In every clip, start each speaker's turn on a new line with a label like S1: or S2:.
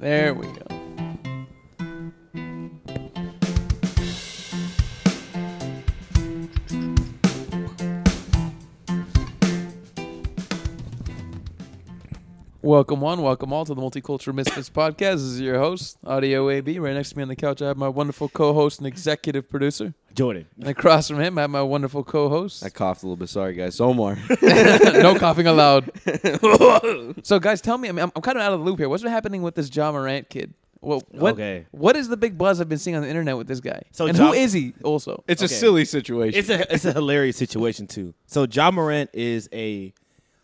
S1: There we go. Welcome one, welcome all to the Multicultural Misfits podcast. This is your host, Audio AB. Right next to me on the couch, I have my wonderful co-host and executive producer.
S2: Jordan.
S1: And across from him, I have my wonderful co-host.
S3: I coughed a little bit. Sorry, guys. Omar.
S1: no coughing allowed. so, guys, tell me. I mean, I'm, I'm kind of out of the loop here. What's been happening with this John Morant kid? Well, what
S2: Okay.
S1: what is the big buzz I've been seeing on the internet with this guy?
S2: So
S1: and
S2: Ja-
S1: who is he? Also,
S3: it's
S2: Okay.
S3: a silly situation.
S2: It's a it's a hilarious situation too. So John Morant is a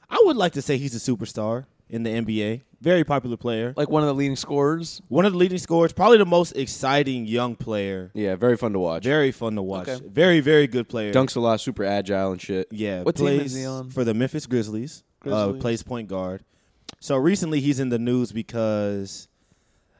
S2: I would like to say he's a superstar in the NBA. Very popular player.
S1: like one of the leading scorers.
S2: One of the leading scorers, probably the most exciting young player.
S3: yeah, very fun to watch.
S2: Very fun to watch.
S1: Okay.
S2: Very very good player.
S3: Dunks a lot, super agile and shit.
S2: Yeah.
S1: What team
S2: plays
S1: is he on?
S2: For the Memphis Um, Grizzlies.
S1: Grizzlies.
S2: Uh, plays point guard. So recently he's in the news because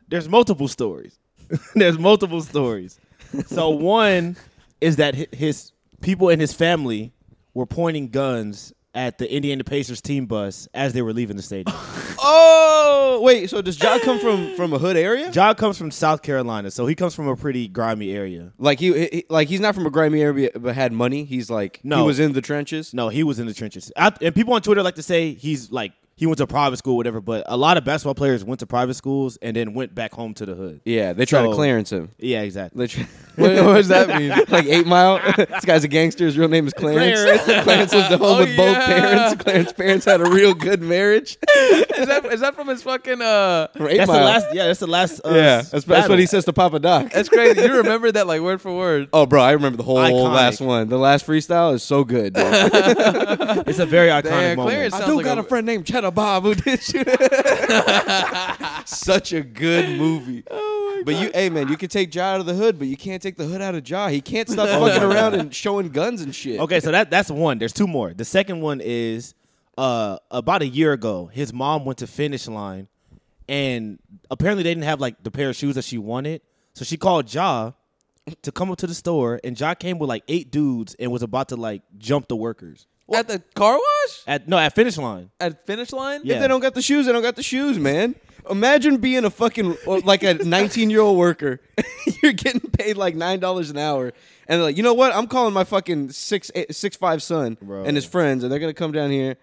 S2: there's multiple stories. there's multiple stories. so one is that hi- his people and his family were pointing guns at the Indiana Pacers team bus as they were leaving the stadium.
S3: Oh, wait. So does Ja come from from a hood area?
S2: John comes from South Carolina, so he comes from a pretty grimy area.
S3: Like he, he- like he's not from a grimy area, but had money. He's like
S2: No.
S3: he was in the trenches.
S2: No, he was in the trenches. I, and people on Twitter like to say he's like he went to private school, whatever. But a lot of basketball players went to private schools and then went back home to the hood.
S3: Yeah, they try
S2: So-
S3: to clearance him.
S2: Yeah, exactly.
S3: They try-
S1: What, what does that mean?
S3: like eight mile. this guy's a gangster. His real name is Clarence. Clarence, lived at home
S1: Oh,
S3: with both
S1: yeah.
S3: parents. Clarence's parents had a real good marriage.
S1: is that is that from his fucking? uh
S3: From eight
S2: That's
S3: mile.
S2: the last. Yeah, that's the last. Uh,
S3: yeah, that's, that's what
S2: battle.
S3: he says to Papa Doc.
S1: That's crazy. You remember that like word for word.
S3: Oh, bro, I remember the whole
S2: Iconic.
S3: last one. The last freestyle is so good. Bro.
S2: It's a very iconic
S1: Damn,
S2: moment.
S1: Clarence.
S3: I
S1: Sounds
S3: do
S1: like
S3: got
S1: a-
S3: a, friend named Cheddar Bob who did shoot. Such a good movie. but you, hey man, you can take Ja out of the hood, but you can't take the hood out of Ja. He can't stop fucking around and showing guns and shit.
S2: Okay, so that that's one. There's two more. The second one is uh about a year ago, his mom went to finish line and apparently they didn't have like the pair of shoes that she wanted. So she called Ja to come up to the store and Ja came with like eight dudes and was about to like jump the workers.
S1: At the car wash
S2: At no, at finish line.
S1: at finish line.
S2: Yeah.
S3: If they don't got the shoes, they don't got the shoes, man. Imagine being a fucking or like a 19 year old worker. You're getting paid like nine dollars an hour, and they're like, you know what? I'm calling my fucking six eight, six five son
S2: Bro.
S3: and his friends, and they're gonna come down here,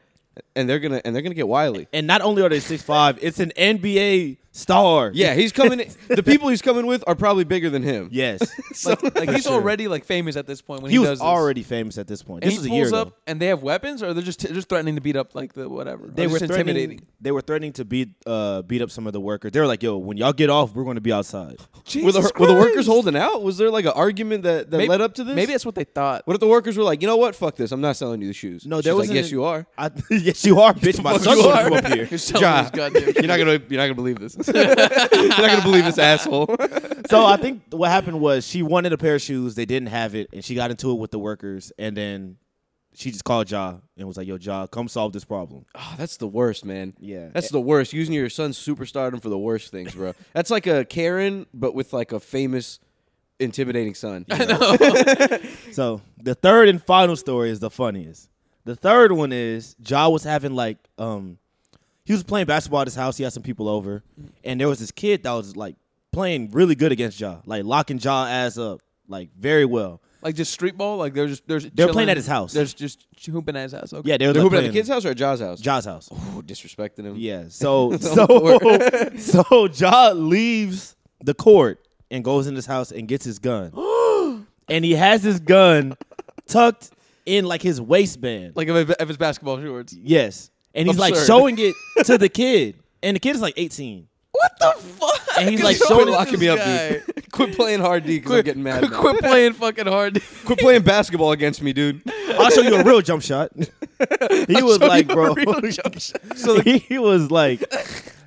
S3: and they're gonna and they're gonna get wily.
S2: And not only are they six five, it's an NBA star.
S3: Yeah, he's coming. the people he's coming with are probably bigger than him.
S2: Yes.
S1: Like, like he's
S2: sure.
S1: already like famous at this point when
S2: he,
S1: he,
S2: was
S1: does this.
S2: already famous at this point.
S1: And
S2: This was
S1: he
S2: a year
S1: pulls
S2: ago.
S1: up and they have weapons, or they're just just threatening to beat up like the whatever. Or
S2: they were
S1: just
S2: threatening-
S1: intimidating.
S2: They were threatening to beat uh, beat up some of the workers. They were like, "Yo, when y'all get off, we're going to be outside."
S3: Were the,
S1: Jesus
S3: were the
S1: Christ.
S3: workers holding out? Was there like an argument that, that
S1: Maybe-
S3: led up to this?
S1: Maybe that's what they thought.
S3: What if the workers were like, you know what? Fuck this. I'm not selling you the shoes.
S2: No,
S3: She's
S2: there
S3: like,
S2: wasn't
S3: yes,
S2: a-
S3: you are.
S2: I, yes, you are, bitch. My
S3: Fuck
S2: son
S3: you
S2: grew
S3: are.
S2: up here.
S1: You're selling
S3: Ja.
S1: these goddamn
S3: you're not gonna you're not gonna believe this. you're not gonna believe this asshole.
S2: So I think what happened was she wanted a pair of shoes. They didn't have it, and she got into it with the workers. And then she just called Ja and was like, "Yo, Ja, come solve this problem."
S3: Oh, that's the worst, man.
S2: Yeah.
S3: That's the worst. Using your son's superstardom for the worst things, bro. That's like a Karen, but with like a famous intimidating son.
S2: So the third and final story is the funniest. The third one is Ja was having like um he was playing basketball at his house. He had some people over, and there was this kid that was like playing really good against Ja, like locking Ja ass up like very well.
S1: Like just street ball. Like they're just they're just
S2: They're playing
S1: chilling.
S2: at his house.
S1: They're just hooping at his house. Okay.
S2: Yeah, they were like,
S3: They're hooping at the
S2: playing-
S3: kid's house or at Ja's house?
S2: Ja's house.
S3: Ooh, disrespecting him.
S2: Yeah. So so so Ja leaves the court and goes in his house and gets his gun, and he has his gun tucked in like his waistband.
S1: Like if, if it's basketball shorts.
S2: Yes. And he's like
S1: Absurd.
S2: showing it to the kid. And the kid is like 18.
S1: What the fuck?
S2: And he's like,
S1: What's
S2: "Showing
S1: wrong with
S3: Quit locking
S1: this
S3: me up,
S1: guy?"
S3: dude. Quit playing hard D because I'm getting mad.
S1: Quit,
S3: now.
S1: quit playing fucking hard.
S3: Quit playing basketball against me, dude.
S2: I'll show you a real jump shot. He was like, bro. So he, he was like,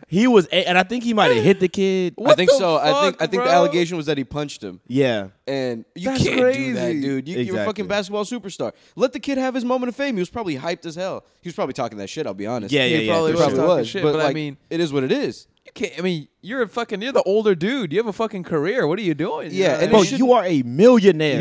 S2: he was, a- and I think he might have hit the kid.
S1: What
S3: I think
S1: the
S3: so. I think
S1: fuck,
S3: I think
S1: bro?
S3: the allegation was that he punched him,
S2: Yeah.
S3: and you
S1: That's
S3: can't do that,
S1: crazy.
S3: dude. You, You're a fucking
S2: Exactly.
S3: basketball superstar. Let the kid have his moment of fame. He was probably hyped as hell. He was probably talking that shit. I'll be honest.
S2: Yeah,
S1: He
S2: yeah, yeah.
S1: probably
S3: He
S2: for
S3: probably
S2: sure.
S1: Talking
S3: was.
S1: shit,
S3: but
S1: but I
S3: like,
S1: mean-
S3: it is what it is.
S1: You can't. I mean, you're a fucking. You're the older dude. You have a fucking career. What are you doing? You
S3: Yeah,
S1: know what
S3: and
S1: I
S2: Bro,
S3: it
S1: mean?
S3: should-
S2: Oh, you are a millionaire.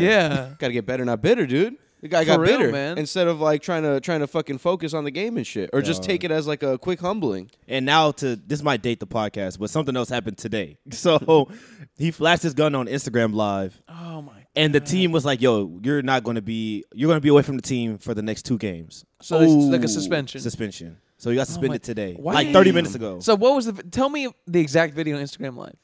S1: yeah.
S3: Got to get better, not bitter, dude. The guy
S1: For
S3: got
S1: real,
S3: bitter
S1: man.
S3: instead of like trying to trying to fucking focus on the game and shit, or just
S1: Uh.
S2: Dog.
S3: take it as like a quick humbling.
S2: And now to this might date the podcast, but something else happened today. So he flashed his gun on Instagram live,
S1: Oh my!
S2: and the team was like, "Yo, you're not going to be you're going to be away from the team for the next two games."
S1: So it's like a
S3: Ooh.
S1: suspension.
S2: Suspension. So he got suspended today,
S1: Why-
S2: like 30 minutes ago.
S1: so what was the? Tell me the exact video on Instagram Live.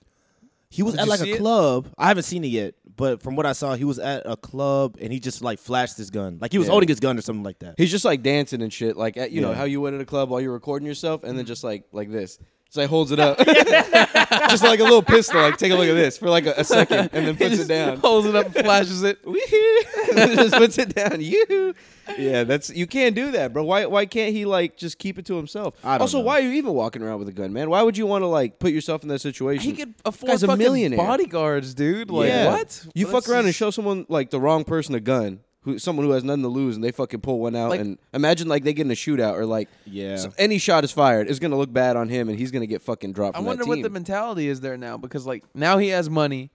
S2: He was
S1: Did
S2: at
S1: you
S2: like
S1: see
S2: a
S1: it?
S2: club. I haven't seen it yet, but from what I saw, he was at a club and he just like flashed his gun, like he was
S3: Yeah.
S2: holding his gun or something like that.
S3: He's just like dancing and shit, like at, you know
S2: Yeah.
S3: how you went at a club while you're recording yourself, and then just like like this, just like holds it up, just like a little pistol. Like take a look at this for like a, a second, and then
S1: He
S3: puts it
S1: just
S3: down.
S1: holds it up, and flashes it.
S3: Wee-hoo. just puts it down. You, yeah, that's you can't do that, bro. Why why can't he like just keep it to himself?
S2: I don't
S3: also,
S2: know.
S3: why are you even walking around with a gun, man? Why would you want to like put yourself in that situation?
S1: He could afford
S3: Guy's a
S1: fucking
S3: millionaire.
S1: bodyguards, dude. Like
S3: Yeah.
S1: what?
S3: You
S1: This
S3: fuck around and
S1: is-
S3: show someone like the wrong person a gun, who someone who has nothing to lose, and they fucking pull one out.
S1: Like-
S3: and imagine like they get in a shootout or like
S2: Yeah.
S3: so- any shot is fired is gonna look bad on him, and he's gonna get fucking dropped.
S1: I
S3: From
S1: wonder
S3: that
S1: what
S3: team.
S1: the mentality is there now because like now he has money,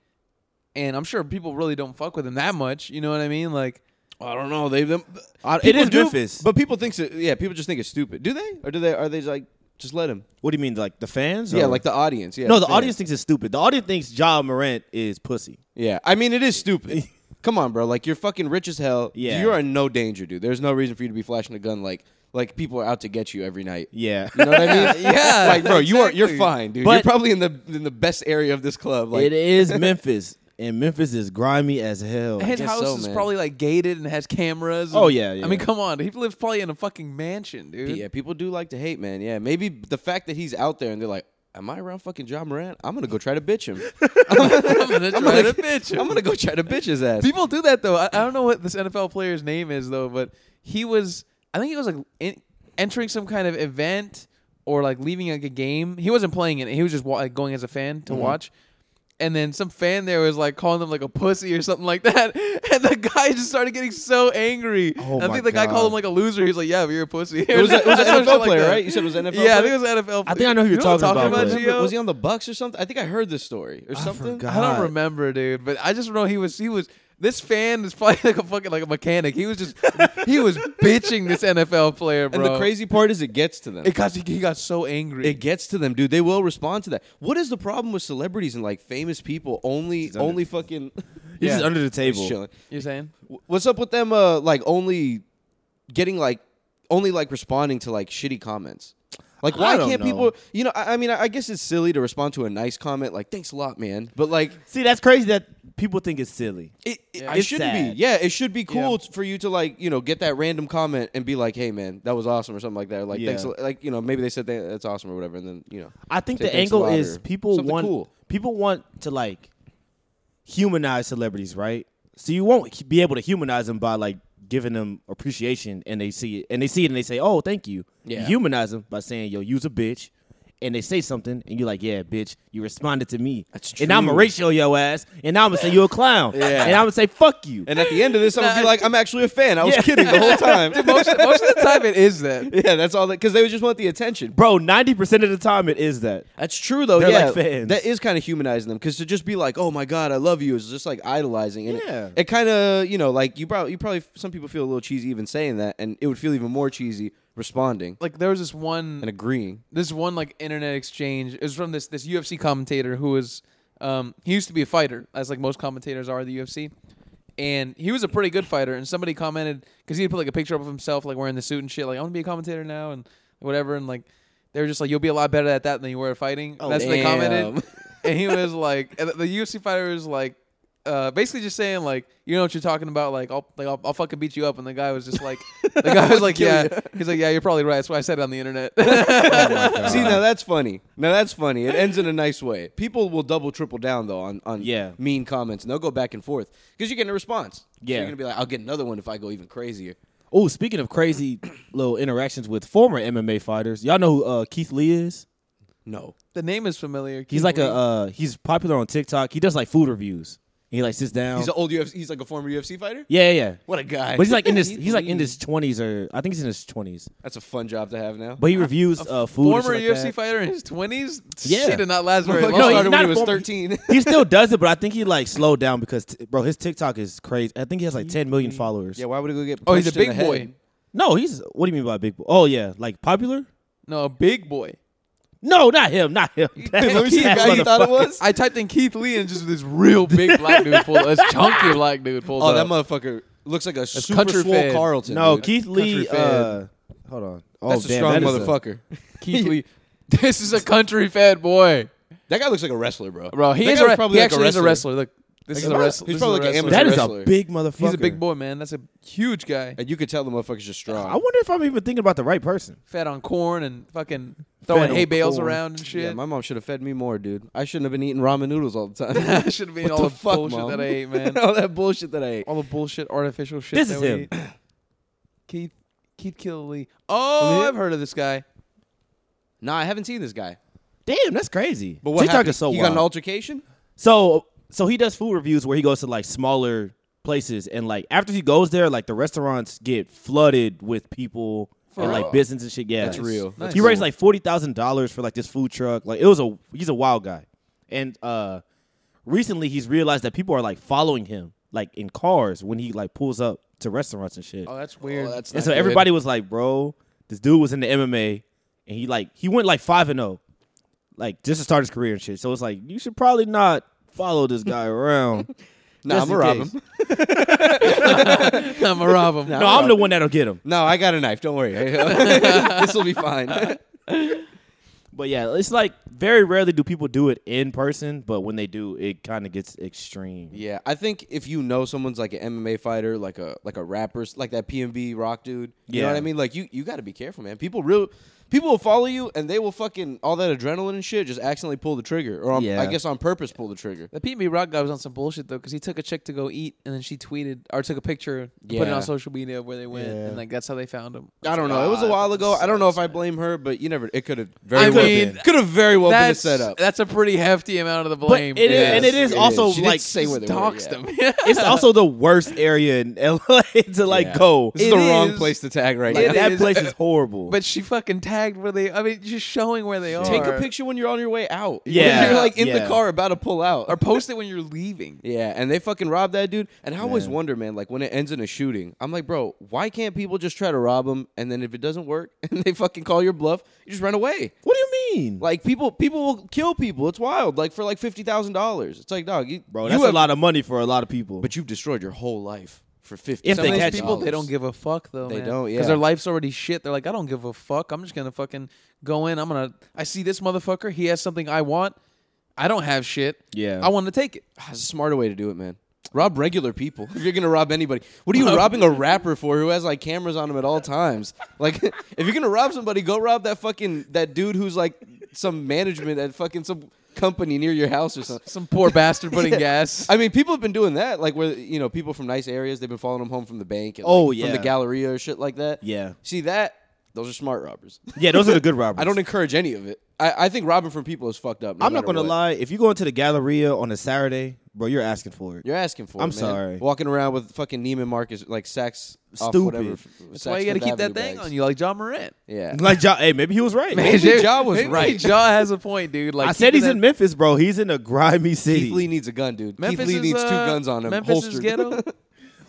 S1: and I'm sure people really don't fuck with him that much. You know what I mean? Like
S3: I don't know. They them.
S2: I- it
S3: people
S2: is
S3: do-
S2: Memphis.
S3: but people think so, yeah. People just think it's stupid. Do they or do they? Are they like just let him?
S2: What do you mean, like the fans?
S3: Yeah,
S2: or-
S3: like the audience. Yeah.
S2: no, the
S3: fans.
S2: audience thinks it's stupid. The audience thinks Ja Morant is pussy.
S3: Yeah, I mean it is stupid. Come on, bro. Like you're fucking rich as hell.
S2: Yeah.
S3: You're in no danger, dude. There's no reason for you to be flashing a gun like like people are out to get you every night.
S2: Yeah,
S3: You know what I mean?
S1: Yeah,
S3: Like, bro, you are you're
S1: exactly.
S3: fine, dude. you're
S2: But-
S3: probably in the in the best area of this club. Like,
S2: it is Memphis, and Memphis is grimy as hell.
S1: his
S3: guess
S1: house
S3: so,
S1: is
S3: man.
S1: probably like gated and has cameras. and-
S2: Oh, yeah, yeah.
S1: I mean, come on, he lives probably in a fucking mansion, dude.
S3: yeah, people do like to hate, man. Yeah, maybe the fact that he's out there and they're like, "Am I around fucking John Moran? I'm gonna go try to bitch him.
S1: I'm gonna try to bitch him.
S3: I'm gonna go try to bitch his ass."
S1: People do that though. I, I don't know what this NFL player's name is though, but he was. I think he was like in, entering some kind of event or like leaving like a game. He wasn't playing it. He was just wa- like, going as a fan
S3: Mm-hmm.
S1: to watch. And then some fan there was like calling him like a pussy or something like that. And the guy just started getting so angry.
S2: Oh,
S1: I
S2: my
S1: think the guy called
S2: God.
S1: him like a loser. He was like, "Yeah, but you're a pussy."
S3: It was, a, it was an
S1: Some shit
S3: NFL
S1: like
S3: player,
S1: that.
S3: right? You said it was an NFL.
S1: yeah, I think
S3: player?
S1: it was an NFL.
S2: I think I know who you're
S1: You what I'm
S2: talking about, Oh, but-
S1: Gio?
S3: was he on the Bucks or something? I think I heard this story or something.
S2: forgot.
S1: I don't
S2: God.
S1: remember, dude. But I just know he was he was this fan is probably like a fucking like a mechanic. He was just he was bitching this NFL player, bro.
S3: And the crazy part is, it gets to them.
S1: it got he got so angry.
S3: It gets to them, dude. They will respond to that. What is the problem with celebrities and like famous people? Only,
S2: under-
S3: only fucking.
S2: He's
S1: Yeah.
S2: just under the
S3: He's
S2: table.
S3: chilling.
S1: You're saying?
S3: W- What's up with them? Uh, like only getting like only like responding to like shitty comments. Like
S2: I
S3: why
S2: don't
S3: can't
S2: know.
S3: people? You know, I, I mean, I, I guess it's silly to respond to a nice comment like "thanks a lot, man," but like
S2: See, that's crazy that people think it's silly.
S3: it, it,
S1: Yeah.
S3: it
S2: It's
S3: shouldn't
S2: sad.
S3: be. Yeah, it should be cool
S1: Yeah.
S3: t- for you to like you know get that random comment and be like, "Hey, man, that was awesome" or something like that. Or, like
S2: Yeah.
S3: thanks, a- like you know, maybe they said that, that's awesome or whatever, and then you know.
S2: I think
S3: Say
S2: the
S3: thanks a
S2: angle
S3: lot
S2: is
S3: or
S2: people
S3: something
S2: want
S3: cool.
S2: people want to like humanize celebrities, right? So you won't be able to humanize them by like giving them appreciation, and they see it, and they see it, and they say, "Oh, thank you." You
S3: Yeah.
S2: humanize them by saying, "Yo, you's a bitch," and they say something, and you're like, "Yeah, bitch, you responded to me,
S3: That's
S2: and I'm gonna
S3: true.
S2: ratio your ass, and I'm gonna say you a clown,
S3: Yeah.
S2: and I'm gonna say fuck you."
S3: And at the end of this, I'm gonna be
S1: Nah,
S3: like, "I'm actually a fan. I was
S2: Yeah.
S3: kidding the whole time."
S1: Most, most of the time, it is that.
S3: yeah, that's all that because they just want the attention.
S2: Bro, ninety percent of the time it is that.
S3: That's true though.
S2: They're
S3: yeah,
S2: like fans.
S3: that is kind of humanizing them because to just be like, "Oh my god, I love you," is just like idolizing. And it-
S2: Yeah.
S3: it, kind of you know like you probably you probably some people feel a little cheesy even saying that, and it would feel even more cheesy responding
S1: Like there was this
S3: and
S1: one
S3: agreeing.
S1: this one like internet exchange. It was from this this UFC commentator who was um he used to be a fighter, as like most commentators are at the UFC. And he was a pretty good fighter. And somebody commented because he had put like a picture up of himself, like wearing the suit and shit. Like I want to be a commentator now and whatever. And like they were just like, you'll be a lot better at that than you were at fighting. That's what they
S3: Oh, damn.
S1: commented. and he was like, and the UFC fighter was like. Uh, basically just saying like you know what you're talking about like I'll like I'll, I'll fucking beat you up and the guy was just like the guy was like
S3: kill
S1: yeah
S3: you.
S1: he's like yeah you're probably right that's why I said it on the internet
S3: Oh See, now that's funny. Now that's funny. It ends in a nice way. People will double, triple down though on on
S2: Yeah.
S3: mean comments, and they'll go back and forth because you're getting a response. So
S2: Yeah.
S3: you're gonna be like, "I'll get another one if I go even crazier."
S2: Oh, speaking of crazy little interactions with former MMA fighters, y'all know who uh, Keith Lee is?
S3: No.
S1: The name is familiar.
S2: He's
S1: Keith
S2: like
S1: Lee.
S2: a uh, he's popular on TikTok. He does like food reviews. he like sits down.
S3: He's an old UFC. He's like a former UFC fighter.
S2: yeah, yeah, yeah.
S3: What a guy!
S2: But he's like in his he's like in his twenties or I think he's in his twenties.
S3: That's a fun job to have now.
S2: But he reviews uh, food. and
S1: Former
S2: shit like
S1: UFC
S2: that.
S1: fighter in his twenties.
S2: Yeah.
S1: she did not last very long.
S3: Motherfucker
S2: No, he's
S3: started
S2: not
S3: when he was
S2: former-
S3: thirteen.
S2: he still does it, but I think he like slowed down because t- bro, his TikTok is crazy. I think he has like 10 million followers.
S3: yeah, why would he go get?
S1: oh, he's a
S3: punched in
S1: big
S3: the head?
S1: boy.
S2: No, he's what do you mean by big boy? Oh yeah, like popular?
S1: No, a big boy.
S2: No, not him, not him.
S1: Dude, let me see the
S2: That
S1: guy you
S3: thought it
S2: motherfucker.
S3: was?
S1: I typed in Keith Lee and just this real big black dude pulled. This chunky black dude pulled.
S3: Oh,
S1: up.
S3: that motherfucker looks like a super
S1: country
S3: swole
S1: fed.
S3: Carlton.
S2: No,
S3: dude.
S2: Keith Lee.
S1: Country
S2: Uh, hold on. Oh,
S3: That's
S2: damn,
S3: a strong
S2: that is
S3: motherfucker.
S1: Keith Lee. This is a country fed boy,
S3: that guy looks like a wrestler, bro.
S1: bro. He
S3: That
S1: is a,
S3: guy was
S1: re-
S3: probably
S1: he
S3: like
S1: actually is a wrestler. Look, this
S3: Like
S1: is
S3: a
S1: a
S3: pro-
S1: wrestler.
S3: he's
S1: This
S3: probably
S1: is a
S3: like an
S1: wrestler.
S3: amateur
S2: That is
S3: wrestler.
S2: a big motherfucker.
S1: He's a big boy, man. That's a huge guy.
S3: And you could tell the motherfuckers just strong.
S2: I wonder if I'm even thinking about the right person.
S1: Fed on corn and fucking throwing
S2: on
S1: hay bales
S2: corn.
S1: around and shit.
S3: yeah, my mom should have fed me more, dude. I shouldn't have been eating ramen noodles all the time.
S1: I should have been
S3: What
S1: all
S3: the
S1: the,
S3: fuck,
S1: bullshit
S3: Mom?
S1: that I ate, man. Oh.
S3: all that bullshit that I ate.
S1: all the bullshit, artificial shit.
S2: This
S1: that
S2: is
S1: we
S2: him.
S1: eat. Keith Keith Killily. Oh,
S3: Yeah.
S1: I've heard of this guy.
S3: Nah, I haven't seen this guy.
S2: Damn, that's crazy.
S3: But what
S2: TikTok
S3: happened?
S2: is so
S3: he got
S2: wild.
S3: an altercation.
S2: so so he does food reviews where he goes to like smaller places and like after he goes there, like the restaurants get flooded with people and
S1: real?
S2: like business and shit. Yeah,
S3: That's real.
S1: Nice.
S2: He raised like forty thousand dollars for like this food truck. Like it was a he's a wild guy, and uh, recently he's realized that people are like following him like in cars when he like pulls up to restaurants and shit.
S1: Oh, that's weird.
S3: Oh, that's
S2: and
S3: not
S2: so
S3: good.
S2: everybody was like, "Bro, this dude was in the MMA, and he like he went like five and zero, like just to start his career and shit." So it's like you should probably not follow this guy around.
S3: Nah,
S2: just
S3: I'm gonna
S2: in
S3: rob
S2: case.
S3: him.
S1: I'm a rob him.
S2: No, I'm the one that'll get him.
S3: No, I got a knife. Don't worry. this will be fine.
S2: But yeah, it's like very rarely do people do it in person, but when they do, it kind of gets extreme.
S3: Yeah, I think if you know someone's like an MMA fighter, like a like a rapper, s- like that PMB rock dude, you know
S2: Yeah.
S3: what I mean? Like you you got to be careful, man. People real people will follow you and they will fucking all that adrenaline and shit just accidentally pull the trigger or on,
S2: Yeah.
S3: I guess on purpose pull the trigger.
S1: The PB Rock guy was on some bullshit though, because he took a chick to go eat, and then she tweeted or took a picture, and put it
S3: Yeah.
S1: on social media of where they went,
S2: Yeah.
S1: and like that's how they found him.
S3: I don't know. It was a
S1: God,
S3: while
S1: that
S3: ago. I don't know if I
S1: sucks,
S3: blame her, but you never. It could have
S1: I
S3: very well
S1: mean,
S3: been. Could have very well been a
S1: That's
S3: setup.
S1: That's a pretty hefty amount of the
S2: But
S1: blame.
S2: it is,
S1: yeah.
S2: and it is
S3: It
S2: also
S3: is. She didn't
S2: like
S3: say where they
S1: Doxed
S3: were. yeah.
S1: him.
S2: it's also the worst area in LA to like
S3: Yeah.
S2: go.
S3: This is
S1: It
S3: the wrong
S1: is.
S3: place to tag right
S1: It
S3: now.
S2: that
S1: is.
S2: place is horrible.
S1: But she fucking tagged where they. I mean, just showing where they are.
S3: Take a picture when you're on your way out.
S2: Yeah.
S3: When you're like in
S2: Yeah.
S3: the car about to pull out.
S1: or post it when you're leaving.
S3: Yeah, and they fucking robbed that dude. And I always
S2: Man.
S3: wonder, man, like when it ends in a shooting, I'm like, bro, why can't people just try to rob him? And then if it doesn't work, and they fucking call your bluff, you just run away.
S2: what do you mean?
S3: Like people, people will kill people. It's wild. Like for like fifty thousand dollars, it's like, dog, you,
S2: Bro,
S3: you
S2: that's
S3: have-
S2: a lot of money for a lot of people. But
S3: But you've destroyed your whole life for fifty.
S2: If
S1: Some
S2: they
S1: of these
S2: catch you.
S1: people, they don't give a fuck though.
S3: They don't, yeah.
S1: because their life's already shit. They're like, I don't give a fuck. I'm just gonna fucking go in. I'm gonna. I see this motherfucker. He has something I want. I don't have shit.
S2: Yeah.
S1: I want to take it.
S3: That's a smarter way to do it, man. Rob regular people. If you're gonna rob anybody, what are you robbing a rapper for who has like cameras on him at all times? Like, if you're gonna rob somebody, go rob that fucking that dude who's like some management at fucking some company near your house or something.
S1: Some poor bastard putting gas.
S3: I mean, people have been doing that. Like, where you know people from nice areas, they've been following them home from the bank. And, like,
S2: Oh,
S3: from
S2: yeah.
S3: the Galleria or shit like that.
S2: Yeah.
S3: see that? Those are smart robbers.
S2: yeah, those are the good robbers.
S3: I don't encourage any of it. I, I think robbing from people is fucked up. no
S2: I'm not
S3: matter
S2: gonna
S3: what.
S2: lie. If you go into the Galleria on a Saturday, bro, you're asking for it.
S3: You're asking for
S2: I'm
S3: it. man.
S2: sorry.
S3: Walking around with fucking Neiman Marcus like sacks.
S2: Stupid.
S3: Off whatever, f-
S1: That's
S3: Saks
S1: why you gotta
S3: Fifth
S1: keep that
S3: Avenue
S1: thing
S3: bags.
S1: on you, like John Morant.
S3: Yeah.
S2: Like, ja, hey, maybe he was right.
S3: Maybe Ja was
S1: maybe
S3: right.
S1: Ja has a point, dude. Like
S2: I said
S1: keeping
S2: he's in
S1: that-
S2: Memphis, bro. He's in a grimy
S3: Keith Lee
S2: city.
S3: needs a gun, dude.
S1: Memphis
S3: Keith Lee
S1: is,
S3: needs
S1: uh,
S3: two guns on him.
S1: Memphis
S3: holstered.
S1: is ghetto.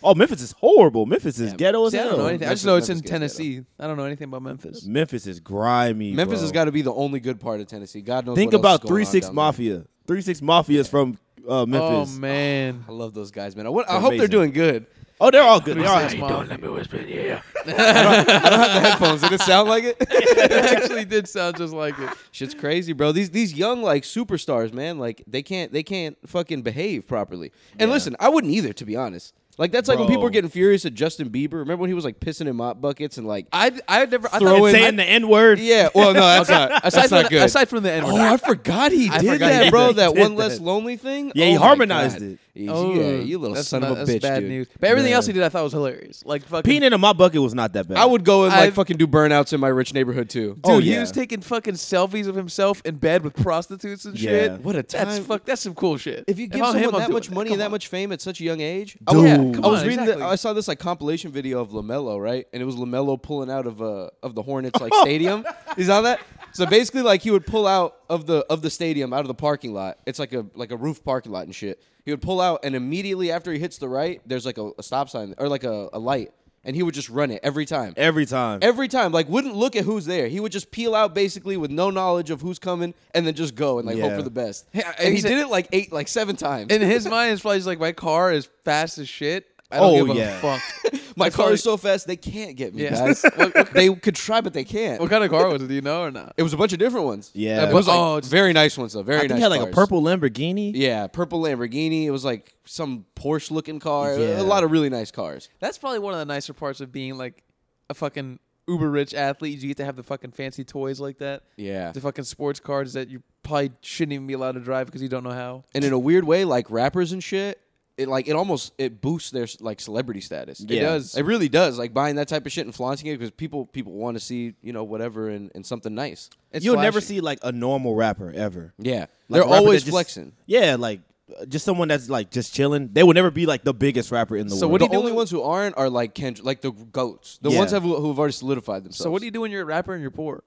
S2: Oh, Memphis is horrible. Memphis is ghetto as
S1: See, I
S2: hell.
S1: don't know anything. I
S3: Memphis-
S1: just know it's in
S3: Memphis gets
S1: Tennessee. I don't know anything about Memphis.
S2: Memphis is grimy.
S3: Memphis
S2: bro.
S3: has got to be the only good part of Tennessee. God knows.
S2: Think
S3: what else is
S2: about
S3: going on
S2: Three Six
S3: down there.
S2: Mafia. Three Six Mafia is from uh, Memphis.
S1: Oh man.
S3: I love those guys, man. I, want- I hope they're
S2: amazing.
S3: doing good.
S2: Oh, they're all good. They're all
S1: Three Six
S2: happy.
S1: Mafia.
S3: I don't have the headphones. Did it sound like it?
S1: it actually did sound just like it.
S3: Shit's crazy, bro. These these young like superstars, man. Like they can't they can't fucking behave properly. And listen, I wouldn't either, to be honest. Like that's like when people
S2: Bro.
S3: were getting furious at Justin Bieber. Remember when he was like pissing in mop buckets and like
S1: I I never I
S2: And
S1: thought
S2: saying the N word.
S3: yeah. Well, no, that's not. That's
S1: aside from
S3: not
S1: the-
S3: good.
S1: aside from the N word.
S3: oh, I forgot he
S1: I
S3: did
S1: forgot
S3: that,
S1: he
S3: bro.
S2: did
S3: That
S2: that.
S3: one less lonely thing.
S2: Yeah, he
S3: Oh my
S2: harmonized
S3: God.
S2: it.
S3: He's-
S1: Oh,
S3: yeah, you little
S1: that's
S3: son
S1: not-
S3: of a
S1: that's
S3: bitch,
S1: bad
S3: dude.
S1: news. But everything
S2: Yeah.
S1: else he did, I thought was hilarious. Like fucking
S2: Peeing in my bucket was not that bad.
S3: I would go and like
S1: I've-
S3: fucking do burnouts in my rich neighborhood too.
S1: Dude,
S2: Oh,
S1: he
S2: yeah.
S1: was taking fucking selfies of himself in bed with prostitutes and shit.
S2: Yeah.
S3: What a
S1: That's
S3: time.
S1: fuck. That's some cool shit.
S3: If you give
S1: I'm him,
S3: someone
S1: I'm
S3: that
S1: doing
S3: much money
S1: Come
S3: and that
S1: on.
S3: much fame at such a young age, I
S2: Dude.
S3: was-
S1: Yeah, come
S3: I was
S1: on,
S3: reading
S1: exactly.
S3: that. I saw this like compilation video of Lamelo, right? And it was Lamelo pulling out of uh of the Hornets like stadium. You saw that? So basically, like he would pull out of the of the stadium out of the parking lot. It's like a like a roof parking lot and shit. He would pull out, and immediately after he hits the right, there's like a, a stop sign or like a, a light, and he would just run it every time.
S2: every time.
S3: Every time, like wouldn't look at who's there. He would just peel out basically with no knowledge of who's coming, and then just go and like hope
S2: Yeah.
S3: for the best.
S1: Hey, I-
S3: and he
S1: he's a-
S3: did it like eight, like seven times.
S1: In his mind, it's probably just like my car is fast as shit. I don't
S2: Oh,
S1: give a
S2: yeah.
S1: fuck.
S3: My
S1: That's
S3: car
S1: all-
S3: is so fast they can't get me,
S1: Yeah.
S3: guys. What- what- they could try, but they can't.
S1: What kind of car was it? Do you know or not?
S3: It was a bunch of different ones.
S2: Yeah. Oh,
S3: it was
S1: Like,
S3: all very nice ones though. Very
S2: I think
S3: nice.
S2: he had like
S3: cars.
S2: a purple Lamborghini.
S3: Yeah, purple Lamborghini. It was like some Porsche looking car.
S2: Yeah.
S3: A lot of really nice cars.
S1: That's probably one of the nicer parts of being like a fucking uber rich athlete. is You get to have the fucking fancy toys like that.
S3: Yeah.
S1: The fucking sports cars that you probably shouldn't even be allowed to drive because you don't know how.
S3: And in a weird way, like rappers and shit, it like it almost it boosts their like celebrity status.
S2: Yeah.
S3: It does. It really does. Like buying that type of shit and flaunting it because people people want to see you know whatever and, and something nice.
S1: It's
S2: You'll never
S1: flashy.
S2: see like a normal rapper ever.
S3: Yeah,
S2: Like,
S3: they're
S2: a rapper
S3: always
S2: that just-
S3: flexing.
S2: Yeah, like uh, just someone that's like just chilling. They will never be like the biggest rapper in the
S1: So
S2: world.
S1: what
S3: The
S1: do you
S3: only ones who aren't are like Kendrick, like the goats, the
S2: Yeah.
S3: ones have, who have already solidified themselves.
S1: So what do you do when you're a rapper and you're poor?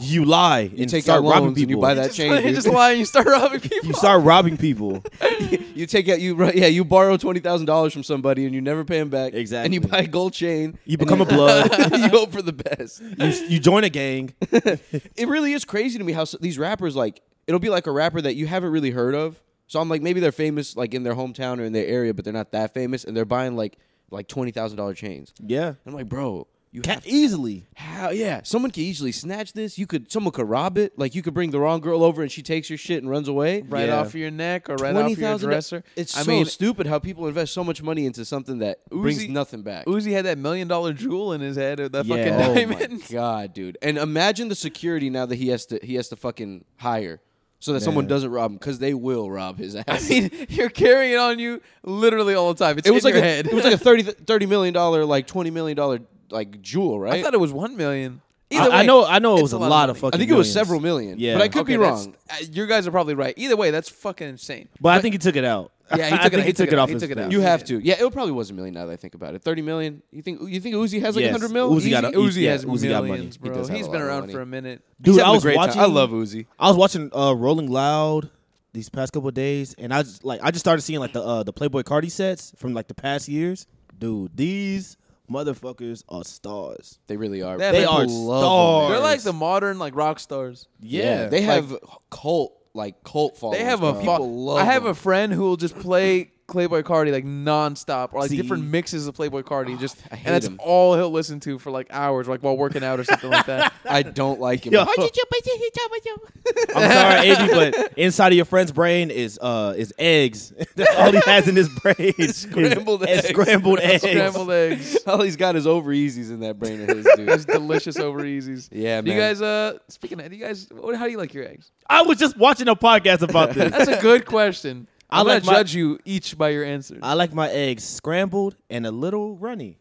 S2: you lie and
S3: You take
S2: start
S3: out loans
S2: robbing
S3: and you
S2: people.
S3: buy that-
S1: just,
S3: chain,
S1: you
S3: dude.
S1: just lie and you start robbing people.
S2: You start robbing people.
S3: You take out you yeah you borrow twenty thousand dollars from somebody and you never pay him back.
S2: Exactly.
S3: And you buy a gold chain.
S2: You become a blood.
S3: you hope for the best.
S2: you, you join a gang.
S3: It really is crazy to me how s these rappers like it'll be like a rapper that you haven't really heard of. So I'm like maybe they're famous like in their hometown or in their area, but they're not that famous, and they're buying like like twenty thousand dollar chains.
S2: Yeah,
S3: I'm like, bro, you
S2: Ca-
S3: have
S2: easily.
S3: How? Yeah, someone could easily snatch this. You could, someone could rob it. Like you could bring the wrong girl over and she takes your shit and runs away.
S1: right
S2: Yeah.
S1: off your neck or right
S3: Twenty
S1: off your
S3: thousand.
S1: dresser.
S3: It's
S1: I
S3: so
S1: mean,
S3: stupid how people invest so much money into something that brings
S1: Uzi-
S3: nothing back.
S1: Uzi had that million dollar jewel in his head, or that
S2: Yeah.
S1: fucking
S3: oh my
S1: diamond.
S3: god, dude! And imagine the security now that he has to he has to fucking hire so that someone
S2: Man.
S3: doesn't rob him because they will rob his ass.
S1: I mean, you're carrying it on you literally all the time. It's
S3: it was
S1: in
S3: like
S1: your
S3: a,
S1: head.
S3: it was like a 30, 30 million dollar like twenty million dollar like jewel, right?
S1: I thought it was one million.
S2: I,
S1: Either way,
S2: I know. I know it
S1: it's
S2: was
S1: a
S2: a
S1: lot of
S2: lot of
S1: money. I
S2: fucking.
S3: I think it was
S2: millions.
S3: several million.
S2: Yeah.
S3: but I could
S1: Okay,
S3: be
S1: that's-
S3: wrong.
S1: uh, you guys are probably right. Either way, that's fucking insane.
S2: But I think he took it out.
S1: Yeah, he
S2: I
S1: took it-
S2: think
S1: he took it out,
S2: off.
S1: he
S2: his
S1: took it
S2: thing.
S1: out.
S3: You have to. Yeah, it probably was a million now that I think about it. Thirty million. You think you think Uzi has like a
S2: Yes.
S3: hundred mil?
S2: Uzi
S1: Uzi,
S2: got a-
S1: Uzi
S2: yeah,
S1: has
S2: Uzi got money.
S1: millions,
S2: He
S1: bro.
S3: does have
S1: He's
S3: a
S1: been
S3: lot of
S1: around
S3: money.
S1: for a minute.
S2: Dude,
S3: He's having
S2: I
S3: a
S2: was
S3: great time.
S2: watching.
S3: I love Uzi.
S2: I was watching uh, Rolling Loud these past couple of days, and I just like I just started seeing like the uh, the Playboy Cardi sets from like the past years. Dude, these motherfuckers are stars.
S3: They really are.
S1: They
S3: People
S1: are
S3: love
S1: They're
S2: stars.
S3: them, man.
S1: like the modern like rock stars.
S3: Yeah, they
S2: like,
S3: have cult like cult followers.
S1: They have a
S3: bro.
S1: fo-
S3: people love.
S1: I have a
S3: them.
S1: friend who will just play Playboy Cardi like nonstop, or like
S2: See?
S1: different mixes of Playboy Cardi. Just
S3: hate
S1: and that's
S3: him.
S1: all he'll listen to for like hours, like while working out or something like that.
S3: I don't like him.
S2: Yo. I'm sorry, AB, but inside of your friend's brain is uh is eggs. That's all he has in his brain. is-
S3: Scrambled
S2: is
S3: eggs,
S2: Scrambled eggs.
S1: Scrambled eggs,
S3: All he's got is over easies in that brain of his,
S1: those
S3: dude.
S1: delicious over easies.
S3: Yeah,
S1: Do you
S3: man.
S1: guys? Uh, speaking of, do you guys? what- How do you like your eggs?
S2: I was just watching a podcast about this.
S1: That's a good question.
S2: I
S1: I'm
S2: like
S1: gonna
S2: my-
S1: judge you each by your answers.
S2: I like my eggs scrambled and a little runny,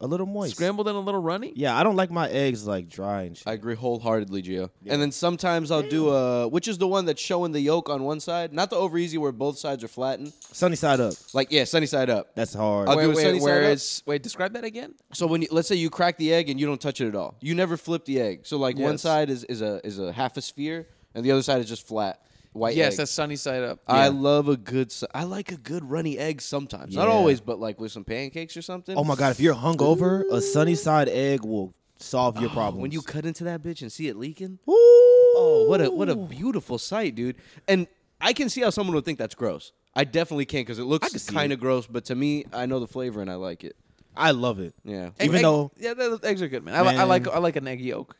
S2: a little moist.
S1: Scrambled and a little runny.
S2: Yeah, I don't like my eggs like dry and shit.
S3: I agree wholeheartedly, Gio. And then sometimes I'll do a, which is the one that's showing the yolk on one side, not the over easy where both sides are flattened.
S2: Sunny side up.
S3: Like yeah, sunny side up.
S2: That's hard.
S3: I'll
S1: Wait,
S3: do a
S1: wait,
S3: sunny side
S1: where
S3: up.
S1: it's- wait, describe that again.
S3: So when you, let's say you crack the egg and you don't touch it at all, you never flip the egg. So like one
S1: Yes.
S3: side is, is a is a half a sphere and the other side is just flat white.
S1: Yes,
S3: egg.
S1: that's sunny side up.
S3: I
S1: Yeah.
S3: love a good. s- I like a good runny egg sometimes. Not
S2: Yeah.
S3: always, but like with some pancakes or something.
S2: Oh my god, if you're hungover, a sunny side egg will solve your problems.
S3: Oh, When you cut into that bitch and see it leaking.
S2: Ooh.
S3: Oh, what a what a beautiful sight, dude. And I can see how someone would think that's gross. I definitely can't because it
S2: can
S3: looks
S2: see
S3: kind of gross. But to me, I know the flavor and I like it.
S2: I love it.
S3: Yeah,
S1: Egg-
S2: Even
S1: egg-
S2: though-
S1: yeah, those eggs are good, man. I, li- I like
S2: Man.
S1: I like an egg yolk.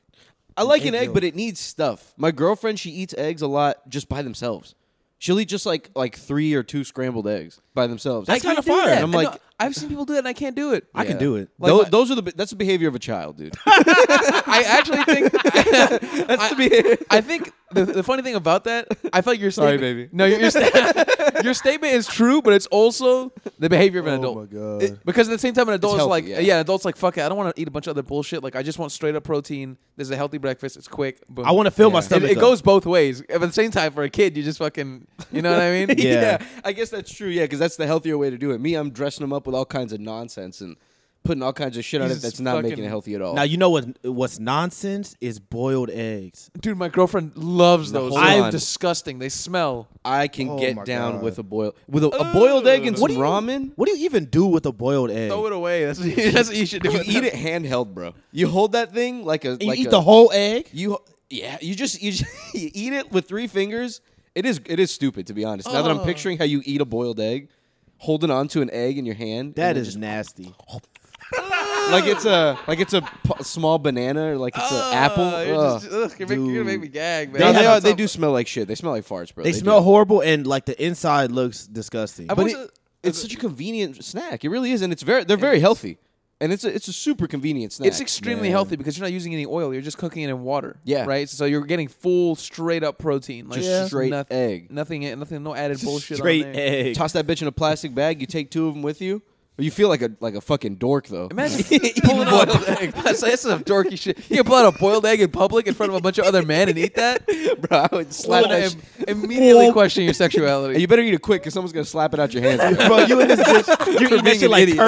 S3: I like
S2: egg
S3: an egg,
S2: yolk.
S3: but it needs stuff. My girlfriend, she eats eggs a lot just by themselves. She'll eat just like like three or two scrambled eggs by themselves.
S2: That's
S1: I can't
S2: kinda
S1: do
S2: fire.
S1: that.
S3: I'm
S1: I
S3: like-
S1: know. I've seen people do that, and I can't do it.
S2: I can do it.
S1: Like
S3: Tho-
S1: my-
S3: those are the. be- That's the behavior of a child, dude.
S1: I actually think
S3: that's the behavior.
S1: I think the, the funny thing about that, I feel like your
S3: Sorry,
S1: statement,
S3: baby.
S1: No, your your, sta- your statement is true, but it's also the behavior of an adult.
S2: Oh god.
S1: Because at the same time, an adult is
S3: healthy,
S1: like,
S3: yeah.
S1: yeah. an adult's like, fuck it, I don't want to eat a bunch of other bullshit. Like, I just want straight up protein. This is a healthy breakfast. It's quick. Boom.
S2: I want to fill my
S3: Yeah. It-
S1: It,
S2: stomach.
S1: it
S2: up.
S1: goes both ways. At the same time, for a kid, you just fucking, you know what I mean?
S2: Yeah.
S3: I guess that's true. Yeah, because that's the healthier way to do it. Me, I'm dressing them up with all kinds of nonsense and putting all kinds of shit on it
S1: Jesus
S3: that's not making
S1: fucking-
S3: it healthy at all.
S2: Now you know what what's nonsense is boiled eggs.
S1: Dude, my girlfriend loves those.
S3: hold
S1: They're
S3: on.
S1: disgusting. They smell.
S3: I can
S2: Oh my
S3: get down
S2: God.
S3: with a boil with a, a boiled egg and
S1: What
S3: some
S1: do you-
S3: ramen.
S2: What do you even do with a boiled egg?
S1: Throw it away. That's, that's what you should do.
S3: You
S1: with
S3: eat
S1: them.
S3: it handheld, bro. You hold that thing like a
S2: And you
S3: like
S2: eat
S3: a,
S2: the whole egg?
S3: You yeah, you just you, just, you eat it with three fingers. It is it is stupid to be honest. Now that I'm
S1: Ugh.
S3: picturing how you eat a boiled egg, holding onto an egg in your hand.
S2: That
S3: and then
S2: is nasty.
S3: just, like it's a like it's a p- small banana or like it's
S1: Ugh,
S3: an apple.
S1: You're,
S3: Ugh.
S1: just, ugh, you're, making, you're gonna
S2: dude.
S1: make me gag, man.
S3: No,
S2: They
S3: Ah, they,
S2: have
S3: are-
S2: it
S3: they do smell like shit. They smell like farts, bro.
S2: They
S3: do.
S2: smell horrible and like the inside looks disgusting.
S1: I've
S3: But
S1: also-
S3: it, it's such a convenient snack. It really is, and it's very they're very healthy, and it's a, it's a super convenient snack.
S1: It's extremely
S2: man.
S1: healthy because you're not using any oil. You're just cooking it in water.
S3: Yeah.
S1: Right. So you're getting full, straight up protein. Like
S3: Just straight
S1: nothing,
S3: egg.
S1: Nothing. eh, Nothing. No added bullshit.
S2: Straight
S1: on there.
S2: egg.
S3: Toss that bitch in a plastic bag. You take two of them with you. You feel like a like a fucking dork though.
S1: Imagine pulling out a boiled egg. That's, that's some dorky shit. You can pull out a boiled egg in public in front of a bunch of other men and eat that.
S3: bro, I would slap
S1: Well,
S3: that.
S1: im-
S3: sh-
S1: immediately question your sexuality.
S3: And you better eat it quick, cause someone's gonna slap it out your hands.
S2: Bro, you and this bitch, you're eating that
S3: being
S2: shit
S3: an
S2: like
S3: idiot.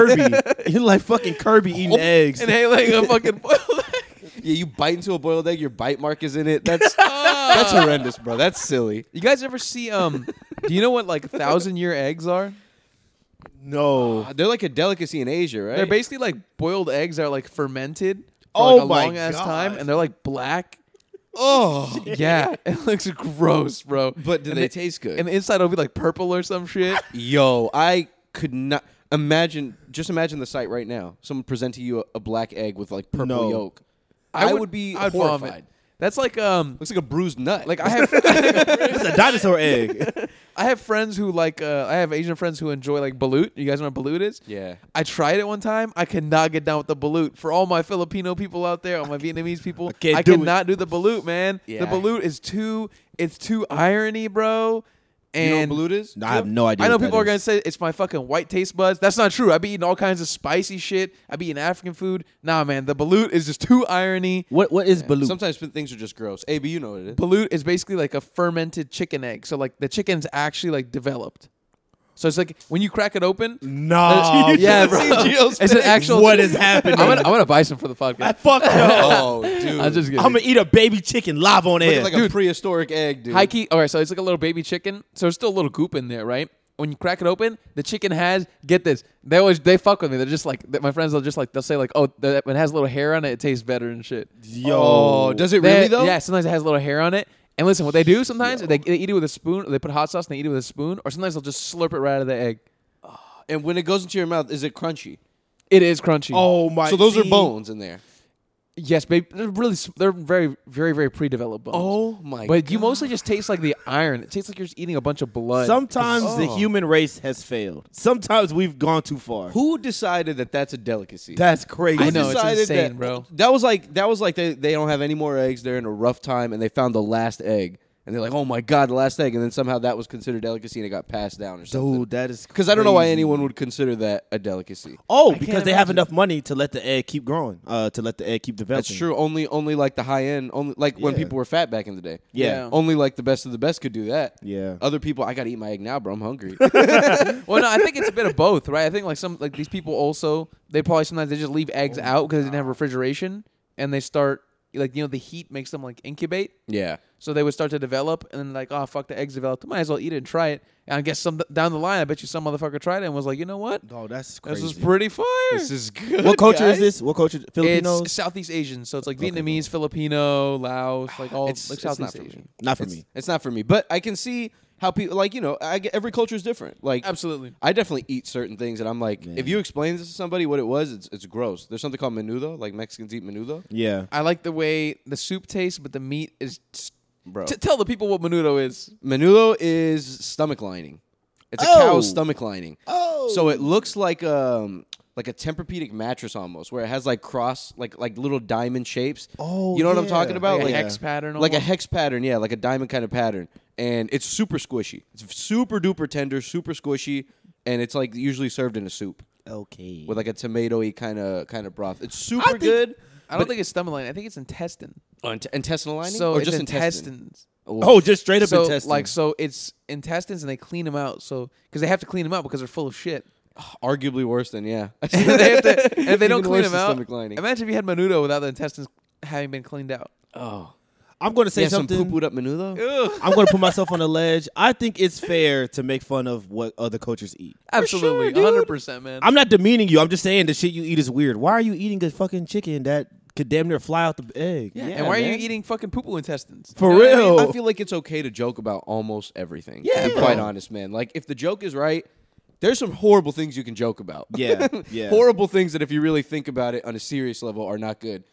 S2: Kirby. You're like fucking Kirby eating eggs.
S1: and inhaling a fucking boiled egg.
S3: yeah, you bite into a boiled egg. Your bite mark is in it. That's that's horrendous, bro. That's silly.
S1: You guys ever see? Um, do you know what like thousand year eggs are?
S2: No.
S3: Uh, They're like a delicacy in Asia, right?
S1: They're basically like boiled eggs that are like fermented for
S2: Oh
S1: like a
S2: my
S1: long ass time,
S2: God.
S1: and they're like black.
S3: oh,
S1: Yeah, it looks gross, bro.
S3: but do
S1: And
S3: they,
S1: the-
S3: taste good?
S1: And the inside will be like purple or some shit.
S3: Yo, I could not imagine. Just imagine the sight right now. Someone presenting you a, a black egg with like purple
S2: No.
S3: yolk. I, would, be
S1: I'd vomit.
S3: horrified.
S1: That's like um,
S3: Looks like a bruised nut.
S1: like I have
S2: It's a dinosaur egg.
S1: I have friends who like uh, I have Asian friends who enjoy like balut. You guys know what balut is?
S3: yeah.
S1: I tried it one time. I could not get down with the balut. For all my Filipino people out there, all my Vietnamese people,
S2: can't
S1: I
S2: do it.
S1: cannot do the balut, man.
S3: Yeah.
S1: The balut is too it's too irony, bro.
S3: You know
S1: And
S3: what balut is?
S2: No, I have no idea.
S1: I know
S2: what that
S1: people are
S2: is.
S1: gonna say it's my fucking white taste buds. That's not true. I be eating all kinds of spicy shit. I be eating African food. Nah, man, the balut is just too irony.
S2: What what is balut?
S3: Sometimes things are just gross. AB, you know what it is.
S1: Balut is basically like a fermented chicken egg. So like the chicken's actually like developed. So it's like when you crack it open,
S2: no.
S1: Oh, yeah,
S3: should've
S1: bro.
S3: seen Gio's
S1: It's an
S3: face.
S1: actual.
S2: What is happening?
S1: I'm gonna, I'm gonna buy some for the podcast.
S2: Fuck no.
S3: Oh, dude.
S1: I'm just kidding.
S2: I'm gonna eat a baby chicken live on
S3: Looking
S2: air.
S3: like a prehistoric egg, dude.
S1: High key. All right, so it's like a little baby chicken. So there's still a little goop in there, right? When you crack it open, the chicken has get this. They always they fuck with me. They're just like th- my friends. They'll just like they'll say like, oh, that, when it has a little hair on it, it tastes better and shit.
S2: Yo,
S3: Oh, does it
S1: They-
S3: really though?
S1: Yeah, sometimes it has a little hair on it. And listen, what they do sometimes they, they eat it with a spoon. Or they put hot sauce and they eat it with a spoon, or sometimes they'll just slurp it right out of the egg.
S3: And when it goes into your mouth, is it crunchy?
S1: It is crunchy.
S2: Oh my.
S3: so those are
S2: see?
S3: bones in there.
S1: yes, babe. They're really s- they're very very very pre-developed bones.
S3: my!
S1: But you mostly just taste like the iron. It tastes like you're just eating a bunch of blood.
S2: Sometimes the
S3: Oh.
S2: human race has failed. Sometimes we've gone too far.
S3: who decided that that's a delicacy?
S2: That's crazy.
S1: I know, it's
S3: decided
S1: insane,
S3: that,
S1: bro.
S3: That was like that was like they, they don't have any more eggs. They're in a rough time, and they found the last egg, and they're like, "Oh my god, the last egg!" And then somehow that was considered delicacy, and it got passed down or something.
S2: Dude, that is
S3: Because I don't know why
S2: crazy.
S3: anyone would consider that a delicacy.
S2: Oh,
S1: I
S2: because
S1: can't
S2: they have
S1: imagine.
S2: enough money to let the egg keep growing, uh, to let the egg keep developing.
S3: That's true. Only only like the high end. Only like when
S2: Yeah.
S3: people were fat back in the day.
S2: Yeah.
S1: Yeah.
S3: Only like the best of the best could do that.
S2: Yeah.
S3: Other people, I gotta eat my egg now, bro. I'm hungry.
S1: well, no, I think it's a bit of both, right? I think like some like these people also they probably sometimes they just leave eggs
S3: Oh,
S1: out because they didn't have refrigeration, and they start like you know the heat makes them like incubate,
S3: yeah.
S1: so they would start to develop, and then like oh fuck the eggs developed, might as well eat it and try it. And I guess some down the line, I bet you some motherfucker tried it and was like, you know what,
S2: Oh, that's
S1: this
S2: crazy.
S1: is pretty fire.
S3: This is good.
S2: what culture
S3: guys.
S2: is this? What culture? Filipinos?
S1: it's Southeast Asian, so it's like Vietnamese, Filipino, Laos, like all
S3: It's-
S1: like
S3: it's not
S1: Southeast
S3: for me.
S1: Asian.
S2: Not for
S3: It's-
S2: me.
S3: It's not for me, but I can see how people like you know. I get, every culture is different. Like
S1: Absolutely.
S3: I definitely eat certain things, and I'm like,
S2: Man.
S3: if you explain this to somebody what it was, it's it's gross. There's something called menudo, like Mexicans eat menudo.
S2: Yeah.
S1: I like the way the soup tastes, but the meat is.
S3: Bro.
S1: T- tell the people what menudo is.
S3: Manulo is stomach lining. It's a
S2: Oh.
S3: cow's stomach lining.
S2: Oh.
S3: So it looks like um like a Tempur-Pedic mattress almost, where it has like cross like like little diamond shapes.
S2: Oh,
S3: you know what I'm
S2: yeah.
S3: talking about?
S1: Like a hex pattern
S3: Like a
S1: almost?
S3: hex pattern, yeah, like a diamond kind of pattern. And it's super squishy. It's super duper tender, super squishy, and it's like usually served in a soup
S2: okay.
S3: with like a tomatoey kind of kind of broth. It's super
S2: I think-
S3: good.
S1: I don't think it's stomach lining. I think it's intestine.
S3: Oh, int- intestinal lining,
S1: So
S3: or
S1: it's
S3: just intestine?
S1: intestines.
S2: oh, just straight up
S1: so
S2: intestines.
S1: like so it's intestines and they clean them out. So because they have to clean them out because they're full of shit.
S3: Oh, arguably worse than yeah.
S1: they have to, and if they don't
S3: Even
S1: clean
S3: worse
S1: them
S3: than
S1: out,
S3: stomach lining.
S1: imagine if you had menudo without the intestines having been cleaned out.
S3: oh,
S2: I'm going to say
S3: yeah, some
S2: something.
S3: poo pooed up menudo.
S1: Ugh,
S2: I'm going to put myself on a ledge. I think it's fair to make fun of what other cultures eat.
S1: absolutely,
S3: dude.
S1: hundred percent, man.
S2: I'm not demeaning you. I'm just saying the shit you eat is weird. Why are you eating a fucking chicken that could damn near fly out the egg?
S3: Yeah,
S1: and why are
S3: man.
S1: you eating fucking poo poo intestines?
S2: For
S3: You know what I mean?
S2: real.
S3: I, feel like it's okay to joke about almost everything.
S2: Yeah.
S3: to be quite honest, man. Like if the joke is right, there's some horrible things you can joke about.
S2: Yeah, yeah.
S3: horrible things that if you really think about it on a serious level are not good.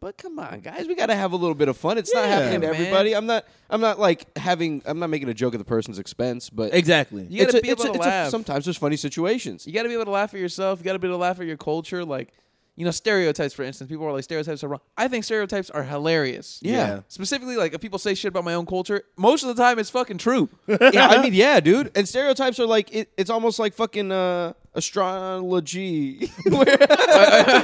S3: But come on, guys, we got to have a little bit of fun. It's not
S2: Yeah,
S3: happening to
S1: man.
S3: everybody. I'm not. I'm not like having. I'm not making a joke at the person's expense. But
S2: exactly.
S1: You gotta
S3: it's a-
S1: be
S3: it's
S1: able
S3: a-
S1: to
S3: it's a-
S1: laugh.
S3: sometimes there's funny situations.
S1: You got to be able to laugh at yourself. You got to be able to laugh at your culture. Like, you know, stereotypes, for instance. People are like, stereotypes are wrong. I think stereotypes are hilarious.
S2: Yeah.
S1: Specifically, like, if people say shit about my own culture, most of the time it's fucking true.
S3: yeah, I mean, yeah, dude. And stereotypes are like it, it's almost like fucking uh, astrology.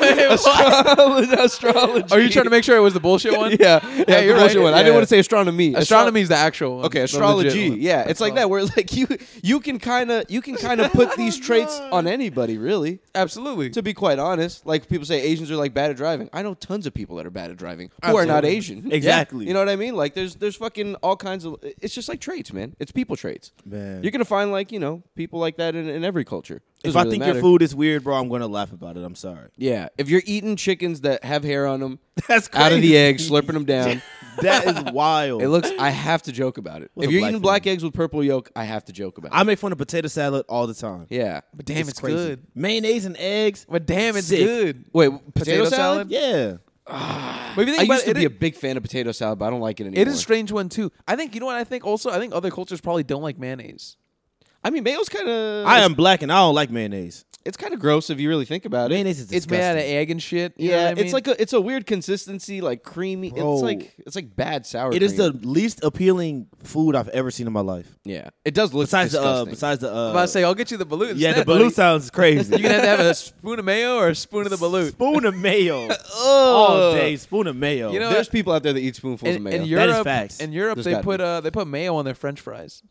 S3: astrology, astrology.
S1: are you trying to make sure it was the bullshit one?
S3: Yeah, yeah,
S1: Yeah,
S3: the
S1: you're
S3: bullshit
S1: right.
S3: one. I
S1: Yeah.
S3: didn't want to say astronomy. Astro-
S1: Astronomy is the actual one.
S3: Okay,
S1: the
S3: astrology.
S1: legit one.
S3: Yeah,
S1: That's
S3: it's like
S1: all.
S3: that. Where like you you can kind of you can kind of put these traits on anybody, really.
S1: Absolutely.
S3: To be quite honest, like people say Asians are like bad at driving. I know tons of people that are bad at driving who are not
S1: Absolutely.
S3: Asian.
S2: Exactly.
S3: You know what I mean? Like there's there's fucking all kinds of it's just like traits, man. It's people traits.
S2: Man.
S3: You're gonna find like, you know, people like that in, in every culture.
S2: if
S3: Doesn't
S2: I
S3: really
S2: think
S3: matter.
S2: your food is weird, bro, I'm going to laugh about it. I'm sorry.
S3: Yeah. If you're eating chickens that have hair on them
S2: That's
S3: out of
S2: crazy.
S3: the egg, slurping them down.
S2: That is wild.
S3: It looks I have to joke about it.
S2: What's
S3: if
S2: a
S3: you're
S2: black
S3: eating
S2: food?
S3: black eggs with purple yolk, I have to joke about it.
S2: I make fun of potato salad all the time.
S3: yeah.
S1: but damn, it's,
S2: crazy.
S1: good.
S2: Mayonnaise and eggs.
S1: But damn, it's
S2: Sick.
S1: good.
S3: Wait, potato, salad?
S2: Yeah.
S1: But if you
S3: I
S1: think about
S3: used to
S1: it,
S3: be
S1: it-
S3: a big fan of potato salad, but I don't like it anymore.
S1: it is a strange one too. I think you know what I think. Also, I think other cultures probably don't like mayonnaise.
S3: I mean, mayo's kind of.
S2: I am black and I don't like mayonnaise.
S3: It's kind of gross if you really think about it.
S2: Mayonnaise is
S1: It's
S2: disgusting.
S1: made out of egg and shit. you know
S3: yeah,
S1: what I mean?
S3: it's like a it's a weird consistency, like creamy.
S2: Bro.
S3: It's like it's like bad sour.
S2: It is
S3: cream.
S2: the least appealing food I've ever seen in my life.
S3: yeah. It does look
S2: Besides the uh,
S3: disgusting.
S2: besides the
S1: I'm about
S2: uh,
S1: to say, I'll get you the balut.
S2: yeah, the
S1: instead,
S2: balut
S1: buddy.
S2: sounds
S1: You're
S2: crazy.
S1: gonna have to have a spoon of mayo or a spoon of the balut.
S2: spoon of mayo all day. Spoon of mayo.
S1: You know,
S3: there's people out there that eat spoonfuls of
S1: In,
S3: mayo.
S1: in
S2: That is
S1: Europe,
S2: facts.
S1: in Europe,
S3: There's
S1: they
S3: gotta
S1: put
S3: be.
S1: uh, they put mayo on their French fries.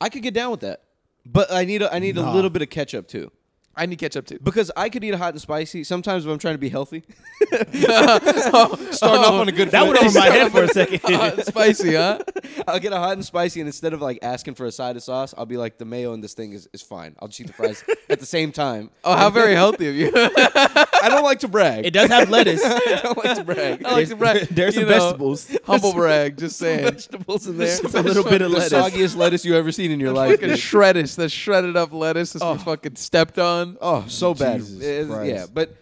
S3: I could get down with that, but I need a, I need
S2: Nah.
S3: a little bit of ketchup too.
S1: I need ketchup too.
S3: Because I could eat a hot and spicy. Sometimes if I'm trying to be healthy,
S1: Starting
S3: off on a good
S2: that went
S3: foot.
S2: over my head for a second.
S1: Uh, spicy, huh?
S3: I'll get a hot and spicy, and instead of like asking for a side of sauce, I'll be like, the mayo in this thing is, is fine. I'll just eat the fries at the same time.
S1: Oh, how very healthy of you.
S3: I don't like to brag.
S2: it does have lettuce.
S3: I don't like to brag.
S1: I like to brag.
S2: There's
S1: You
S2: some
S1: know,
S2: vegetables.
S1: Humble brag, just saying.
S3: vegetables in
S1: There's
S3: there.
S1: some
S2: a little bit of
S3: the
S2: lettuce.
S3: soggiest lettuce you ever seen in your life.
S1: Fucking
S3: dude.
S1: shredded, that shredded up lettuce
S2: Oh.
S1: that's been fucking stepped on.
S3: oh, so bad.
S2: Jesus
S3: It-
S2: Christ.
S3: yeah, but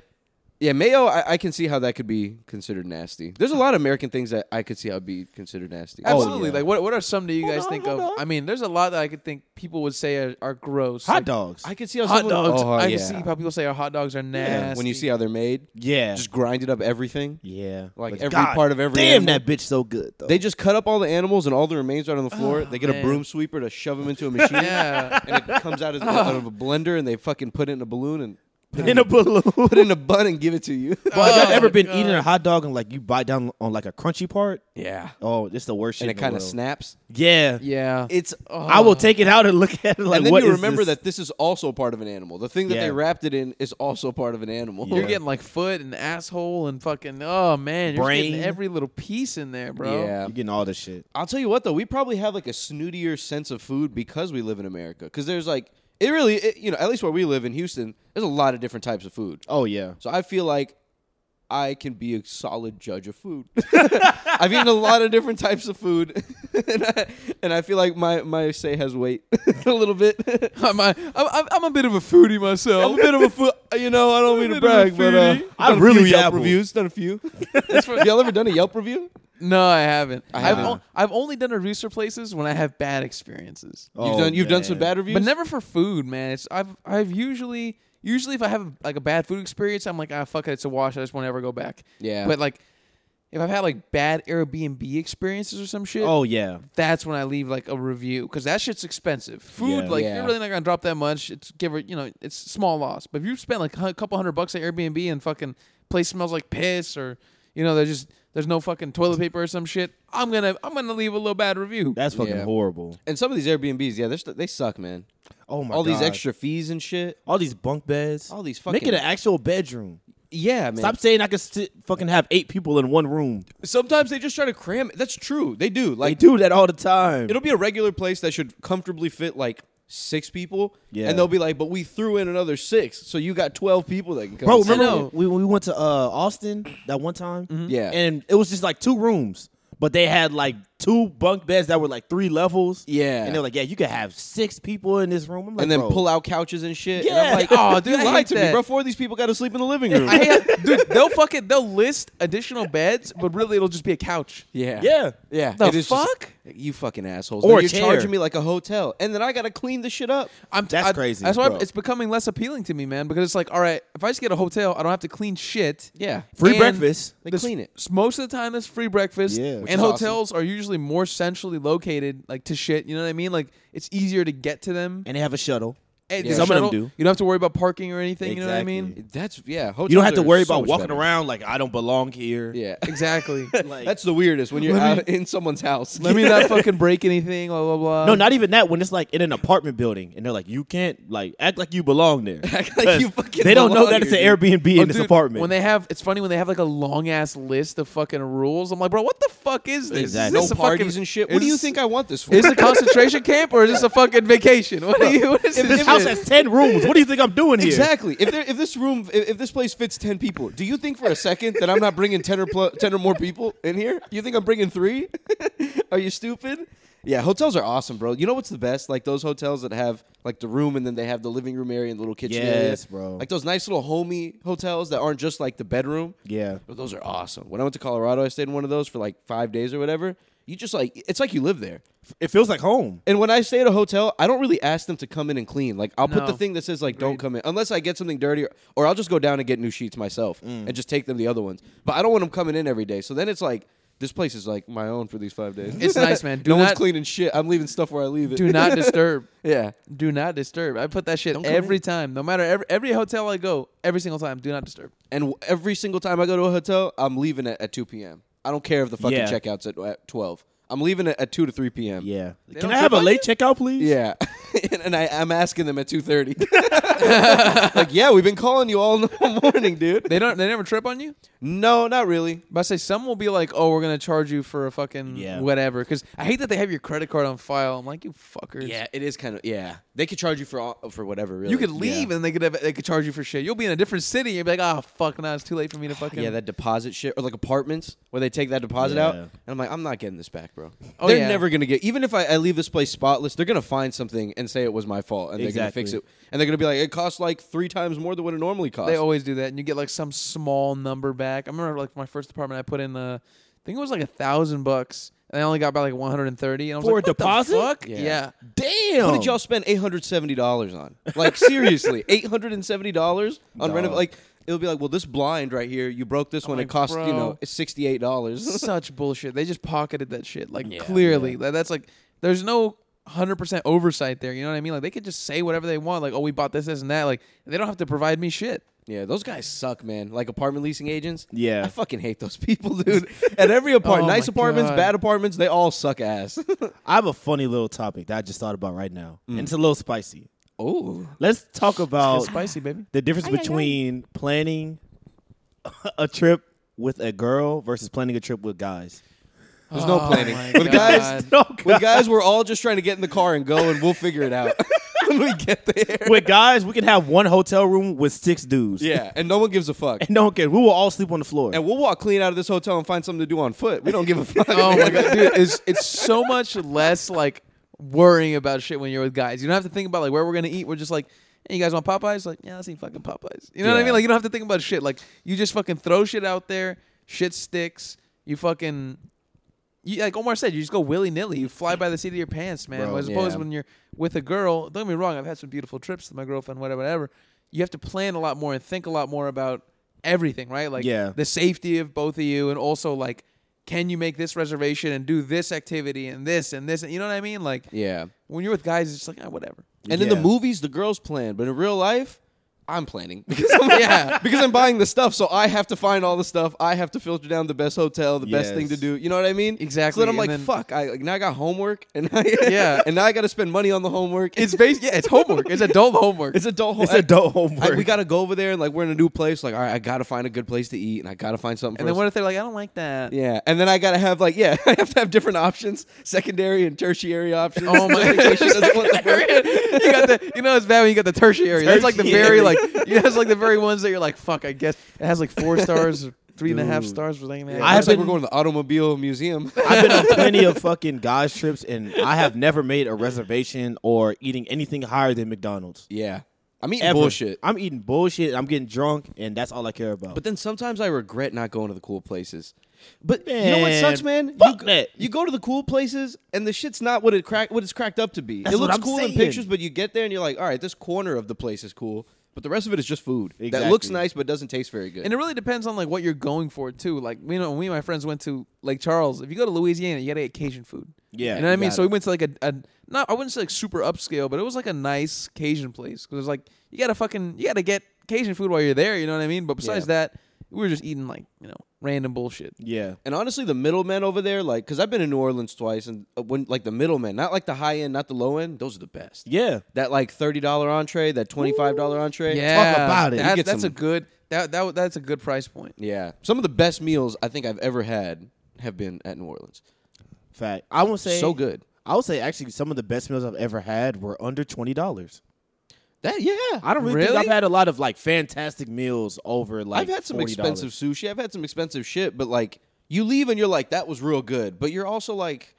S3: yeah, mayo. I, I can see how that could be considered nasty. There's a lot of American things that I could see how would be considered nasty.
S1: Absolutely.
S2: yeah.
S1: Like, what what are some that you guys
S2: on,
S1: think of?
S2: hold on.
S1: I mean, there's a lot that I could think people would say are, are gross.
S2: Hot
S1: Like,
S2: dogs.
S3: I could see how
S1: Hot
S3: someone-
S1: dogs.
S3: Oh,
S1: I
S3: yeah.
S1: can see how people say our hot dogs are nasty.
S3: Yeah, when you see how they're made,
S2: yeah.
S3: just grinded up everything.
S2: yeah.
S3: like
S2: But
S3: every
S2: God
S3: part of every
S2: Damn,
S3: animal.
S2: that bitch so good though.
S3: They just cut up all the animals and all the remains right on the floor. they get
S1: Oh, man.
S3: a broom sweeper to shove them into a machine,
S1: Yeah.
S3: and it comes out, as, out of a blender, and they fucking put it in a balloon and
S2: in a balloon.
S3: put it in a bun and give it to you.
S2: Have
S1: Oh,
S2: y'all ever been
S1: God.
S2: eating a hot dog and like you bite down on like a crunchy part?
S3: yeah,
S2: Oh, it's the worst
S3: and
S2: shit.
S3: it kind of
S2: snaps.
S3: snaps.
S2: Yeah.
S1: yeah.
S3: It's oh.
S2: I will take it out and look at it like
S3: and then
S2: what
S3: you
S2: is
S3: remember
S2: this?
S3: that this is also part of an animal. The thing that
S2: Yeah.
S3: they wrapped it in is also part of an animal.
S2: Yeah.
S1: You're getting like foot and asshole and fucking oh man, you're just
S2: Brain.
S1: getting every little piece in there, bro.
S3: Yeah.
S2: You're getting all this shit.
S3: I'll tell you what though, we probably have like a snootier sense of food because we live in America. Because there's like it really, it, you know, at least where we live in Houston, there's a lot of different types of food.
S2: Oh yeah.
S3: So I feel like I can be a solid judge of food. I've eaten a lot of different types of food, and, I, and I feel like my, my say has weight a little bit.
S1: I'm a, I'm, I'm- I'm a bit of a foodie myself.
S3: I'm a bit of a food, uh, you know. I don't mean to
S1: bit of a
S3: brag, but uh,
S1: foodie.
S2: I
S3: done a
S2: really
S3: few Yelp
S2: dabble.
S3: reviews. Done a few. Y'all ever done a Yelp review?
S1: no, I haven't. I
S3: haven't.
S1: have I've only done a rooster places when I have bad experiences,
S2: Oh,
S3: you've done you've done some
S2: man.
S3: bad reviews,
S1: but never for food, man. It's I've I've usually usually if I have like a bad food experience, I'm like ah fuck it, it's a wash. I just won't ever go back.
S3: Yeah.
S1: But like if I've had like bad Airbnb experiences or some shit,
S2: Oh yeah.
S1: that's when I leave like a review because that shit's expensive. Food,
S2: Yeah.
S1: like
S3: Yeah.
S1: you're really not gonna drop that much. It's give or you know, it's small loss. But if you spend like a couple hundred bucks at Airbnb and fucking place smells like piss or you know there's just there's no fucking toilet paper or some shit, I'm gonna I'm gonna leave a little bad review.
S2: That's fucking
S3: Yeah.
S2: horrible.
S3: and some of these Airbnbs, yeah, they're st- they suck, man.
S2: Oh my
S3: All these
S2: God.
S3: extra fees and shit.
S2: all these bunk beds.
S3: All these
S2: Make
S3: fucking-
S2: it an actual bedroom.
S3: Yeah, man.
S2: Stop saying I can sit, fucking have eight people in one room.
S3: Sometimes they just try to cram. That's true. They do.
S2: They
S3: Like
S2: do that all the time.
S3: it'll be a regular place that should comfortably fit like six people.
S2: Yeah.
S3: And they'll be like, but we threw in another six, so you got twelve people that can come.
S2: Bro,
S3: and sit."
S1: I
S2: remember
S1: know.
S2: we we went to uh, Austin that one time?
S3: Yeah.
S2: and it was just like two rooms, but they had like two bunk beds that were like three levels.
S3: Yeah.
S2: and they're like, yeah, you can have six people in this room, I'm like,
S3: and then
S2: bro,
S3: pull out couches and shit.
S2: Yeah.
S3: And
S2: Oh,
S3: I'm like,
S1: Aw, dude, I
S3: you
S1: hate
S3: lied to
S1: that.
S3: me, bro. Four of these people got to sleep in the living room.
S1: I have, dude, they'll fucking they'll list additional beds, but really it'll just be a couch.
S3: yeah.
S2: Yeah,
S3: Yeah.
S1: The
S3: It is just-
S1: fuck?
S3: you fucking assholes.
S2: Or
S3: Or
S2: a
S3: you're
S2: chair.
S3: charging me like a hotel, and then I got to clean the shit up.
S1: I'm
S2: That's
S1: I-
S2: crazy,
S1: That's why
S2: bro.
S1: it's becoming less appealing to me, man. Because it's like, all right, if I just get a hotel, I don't have to clean shit.
S3: Yeah.
S2: free
S1: And
S2: breakfast.
S3: They
S1: This-
S3: clean it.
S1: s- Most of the time, it's free breakfast.
S2: Yeah. Which
S1: and
S3: is awesome.
S1: hotels are usually more centrally located, like to shit. You know what I mean? Like it's easier to get to them.
S2: and they have a shuttle.
S1: And
S3: Yeah.
S1: the
S2: Some of them
S1: shuttle-
S2: do.
S1: You don't have to worry about parking or anything. You know what I
S2: Exactly.
S1: mean?
S3: That's yeah. Hotels
S2: You don't have to
S3: are
S2: worry
S3: so
S2: about
S3: much
S2: walking
S3: better.
S2: around like I don't belong here.
S3: Yeah.
S1: Exactly.
S2: Like-
S3: That's the weirdest when you're out in someone's house.
S1: Let me not fucking break anything. Blah blah blah.
S2: No, not even that. When it's like in an apartment building, and they're like, "You can't like act like you belong there."
S3: Act like
S2: 'Cause
S3: you fucking
S2: They don't know
S3: belong
S2: that it's an
S3: here,
S2: Airbnb
S1: Oh,
S2: in this
S1: dude,
S2: apartment.
S1: When they have, it's funny when they have like a long ass list of fucking rules. I'm like, bro, what the fuck is this?
S2: Exactly.
S1: Is
S3: no
S1: this a
S3: parties
S1: fucking,
S3: and shit. What
S1: is
S3: do you
S1: this-
S3: think I want this for?
S1: Is this a concentration camp or is this a fucking vacation? What are you? What is
S2: this
S1: shit?
S2: house has ten rooms. What do you think I'm doing here?
S3: Exactly. If there, if this room, if, if this place fits ten people, do you think for a second that I'm not bringing ten or pl- ten or more people in here? You think I'm bringing three? are you stupid? Yeah, hotels are awesome, bro. You know what's the best? Like those hotels that have like the room and then they have the living room area and the little kitchen area.
S2: Yes, bro.
S3: Like those nice little homey hotels that aren't just like the bedroom.
S2: Yeah.
S3: But those are awesome. When I went to Colorado, I stayed in one of those for like five days or whatever. You just like it's like you live there.
S2: It feels like home.
S3: And when I stay at a hotel, I don't really ask them to come in and clean. Like I'll put
S1: No.
S3: the thing that says like don't come in unless I get something dirty, or, or I'll just go down and get new sheets myself
S1: Mm.
S3: and just take them the other ones. But I don't want them coming in every day. So then it's like this place is like my own for these five days.
S1: It's nice, man. Do
S3: no
S1: not-
S3: one's cleaning shit. I'm leaving stuff where I leave it.
S1: Do not disturb.
S3: yeah.
S1: Do not disturb. I put that shit
S3: Don't come
S1: every time, no matter every, every hotel I go, every single time. Do not disturb.
S3: And w- every single time I go to a hotel, I'm leaving it at 2 p.m. I don't care if the fucking
S2: Yeah.
S3: checkouts at, at 12. I'm leaving it at 2 to 3 p.m.
S2: Yeah. Can
S1: don't
S2: I have a
S1: provide
S2: late checkout, please?
S3: Yeah, and, and I, I'm asking them at two thirty. like, yeah, we've been calling you all morning, dude.
S1: They don't. They never trip on you.
S3: No, not really.
S1: But I say some will be like, "Oh, we're gonna charge you for a fucking
S2: Yeah.
S1: whatever." Because I hate that they have your credit card on file. I'm like, you fuckers.
S3: Yeah, it is kind of. Yeah, they could charge you for all, for whatever. Really,
S1: You could leave
S2: Yeah.
S1: and they could have, they could charge you for shit. You'll be in a different city and be like, "Oh fuck, now it's too late for me to fucking."
S3: Yeah, that deposit shit, or like apartments where they take that deposit out,
S2: Yeah.
S3: and I'm like, I'm not getting this back, bro.
S1: Oh,
S3: they're
S1: yeah.
S3: never gonna get. Even if I, I leave this place spotless, they're gonna find something and say it was my fault, and they're gonna fix it,
S2: Exactly.
S3: and they're gonna be like, it costs like three times more than what it normally costs.
S1: They always do that, and you get like some small number back. I remember like my first apartment, I put in uh, I think it was like a thousand bucks, and I only got about like 130. And I was
S2: For
S1: like,
S2: a
S1: what the
S2: deposit?
S1: fuck?
S3: Yeah.
S1: yeah.
S2: Damn.
S1: Um,
S3: What did y'all spend eight hundred seventy dollars on? Like seriously, eight hundred and seventy dollars on
S2: Dog.
S3: renov. Like it'll be like, well, this blind right here, you broke this one.
S1: like,
S3: it cost you
S1: bro.
S3: know sixty eight dollars.
S1: such bullshit. They just pocketed that shit. Like
S3: Yeah,
S1: clearly, That, that's like there's no hundred percent oversight there. You know what I mean? Like they could just say whatever they want. Like oh, we bought this, this, and that. Like they don't have to provide me shit.
S3: yeah, those guys suck, man. Like apartment leasing agents.
S2: Yeah.
S3: I fucking hate those people, dude. At every apartment,
S1: Oh
S3: nice
S1: my
S3: apartments,
S1: God.
S3: bad apartments, they all suck ass.
S2: I have a funny little topic that I just thought about right now. And it's a little spicy.
S3: oh,
S2: Let's talk about
S1: It's spicy, baby.
S2: the difference between planning a trip with a girl versus planning a trip with guys.
S3: there's no
S1: Oh
S3: planning
S1: my
S3: with guys.
S1: God.
S2: No,
S3: With guys, we're all just trying to get in the car and go, and we'll figure it out. when we get there.
S2: With guys, we can have one hotel room with six dudes.
S3: Yeah, and no one gives a fuck.
S2: And no one cares. We will all sleep on the floor.
S3: And we'll walk clean out of this hotel and find something to do on foot. We don't give a fuck.
S1: Oh my god, dude, it's it's so much less like worrying about shit when you're with guys. You don't have to think about like where we're gonna eat. We're just like, hey, you guys want Popeyes? Like, yeah, let's eat fucking Popeyes. You know what I
S2: Yeah.
S1: mean? Like, you don't have to think about shit. Like, you just fucking throw shit out there. Shit sticks. You fucking. You, like Omar said, you just go willy nilly. You fly by the seat of your pants, man.
S2: Bro,
S1: As opposed
S3: yeah.
S1: when you're with a girl, don't get me wrong, I've had some beautiful trips with my girlfriend, whatever, whatever. You have to plan a lot more and think a lot more about everything, right? Like
S2: Yeah.
S1: the safety of both of you, and also like, can you make this reservation and do this activity and this and this? And you know what I mean? Like
S3: Yeah.
S1: when you're with guys, it's just like ah, whatever.
S3: And in the
S2: Yeah.
S3: movies, the girls plan, but in real life, I'm planning because I'm,
S1: Yeah.
S3: because I'm buying the stuff, so I have to find all the stuff. I have to filter down the best hotel, the best thing to
S2: Yes.
S3: do. You know what I mean?
S1: Exactly,
S3: So then
S1: and
S3: I'm like,
S1: then-
S3: fuck. I like, now I got homework, and I,
S1: Yeah.
S3: and now I got to spend money on the homework.
S1: It's based, yeah, it's homework. It's adult homework.
S3: it's adult. Home-
S2: it's adult homework.
S3: I, we got to go over there, and like we're in a new place. Like, all right, I got to find a good place to eat, and I got to find something.
S1: and
S3: for
S1: then
S3: us-
S1: what if they're like, I don't like that.
S3: Yeah, and then I gotta have like yeah, I have to have different options, secondary and tertiary options.
S1: Oh my
S3: Just in case she doesn't want the first-
S1: you got the, you know, it's bad when you got the tertiary. That's like the very like, yeah, that's like the very ones that you're like, fuck. I guess it has like four stars, or three and a half
S2: Dude.
S1: stars. Or something.
S2: I
S3: I
S2: have
S3: was like
S2: been-
S3: we're going to the automobile museum.
S2: I've been on plenty of fucking guys trips, and I have never made a reservation or eating anything higher than McDonald's.
S3: yeah, I'm eating
S2: Ever.
S3: bullshit.
S2: I'm eating bullshit. I'm getting drunk, and that's all I care about.
S3: But then sometimes I regret not going to the cool places. But you know what
S2: Man,
S3: sucks, man?
S2: fuck
S3: you,
S2: that.
S3: you go to the cool places and the shit's not what it crack what it's cracked up to be.
S2: That's
S3: it
S2: what
S3: looks
S2: I'm
S3: cool in
S2: saying.
S3: pictures, but you get there and you're like, all right, this corner of the place is cool, but the rest of it is just food that
S2: Exactly.
S3: looks nice but doesn't taste very good.
S1: And it really depends on like what you're going for too. Like we know, we and my friends went to Lake Charles. If you go to Louisiana, you gotta get Cajun food.
S2: Yeah,
S1: you know what I
S2: you
S1: mean.
S2: got
S1: So we
S2: it.
S1: went to like a, a not I wouldn't say like super upscale, but it was like a nice Cajun place because like you gotta fucking you gotta get Cajun food while you're there. You know what I mean. But besides that, we were just eating like you know random bullshit.
S2: yeah,
S3: And honestly, the middlemen over there, like, because I've been in New Orleans twice, and uh, when like the middlemen, not like the high end, not the low end, those are the best.
S2: yeah.
S3: That like thirty dollar entree, that twenty five dollar entree.
S1: Yeah,
S2: about it. You
S1: that-
S3: get
S1: that's
S3: some-
S1: a good that that that's a good price point.
S3: yeah. Some of the best meals I think I've ever had have been at New Orleans.
S2: Fact. I would say
S3: So good.
S2: I would say actually some of the best meals I've ever had were under twenty dollars.
S3: That yeah.
S2: I don't really,
S1: Really?
S2: think I've had a lot of like fantastic meals over like.
S3: I've had some
S2: $40.
S3: expensive sushi. I've had some expensive shit, but like you leave and you're like, that was real good. But you're also like,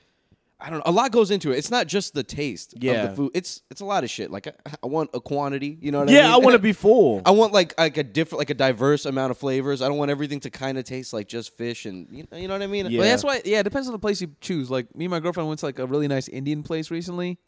S3: I don't know. A lot goes into it. It's not just the taste of
S2: Yeah.
S3: the food. It's it's a lot of shit. Like I, I want a quantity. You know what I mean?
S2: Yeah, I want to be full.
S3: I want like like a different like a diverse amount of flavors. I don't want everything to kind of taste like just fish and you know, you know what I mean.
S2: Yeah.
S1: But that's why, yeah, it depends on the place you choose. Like me and my girlfriend went to like a really nice Indian place recently.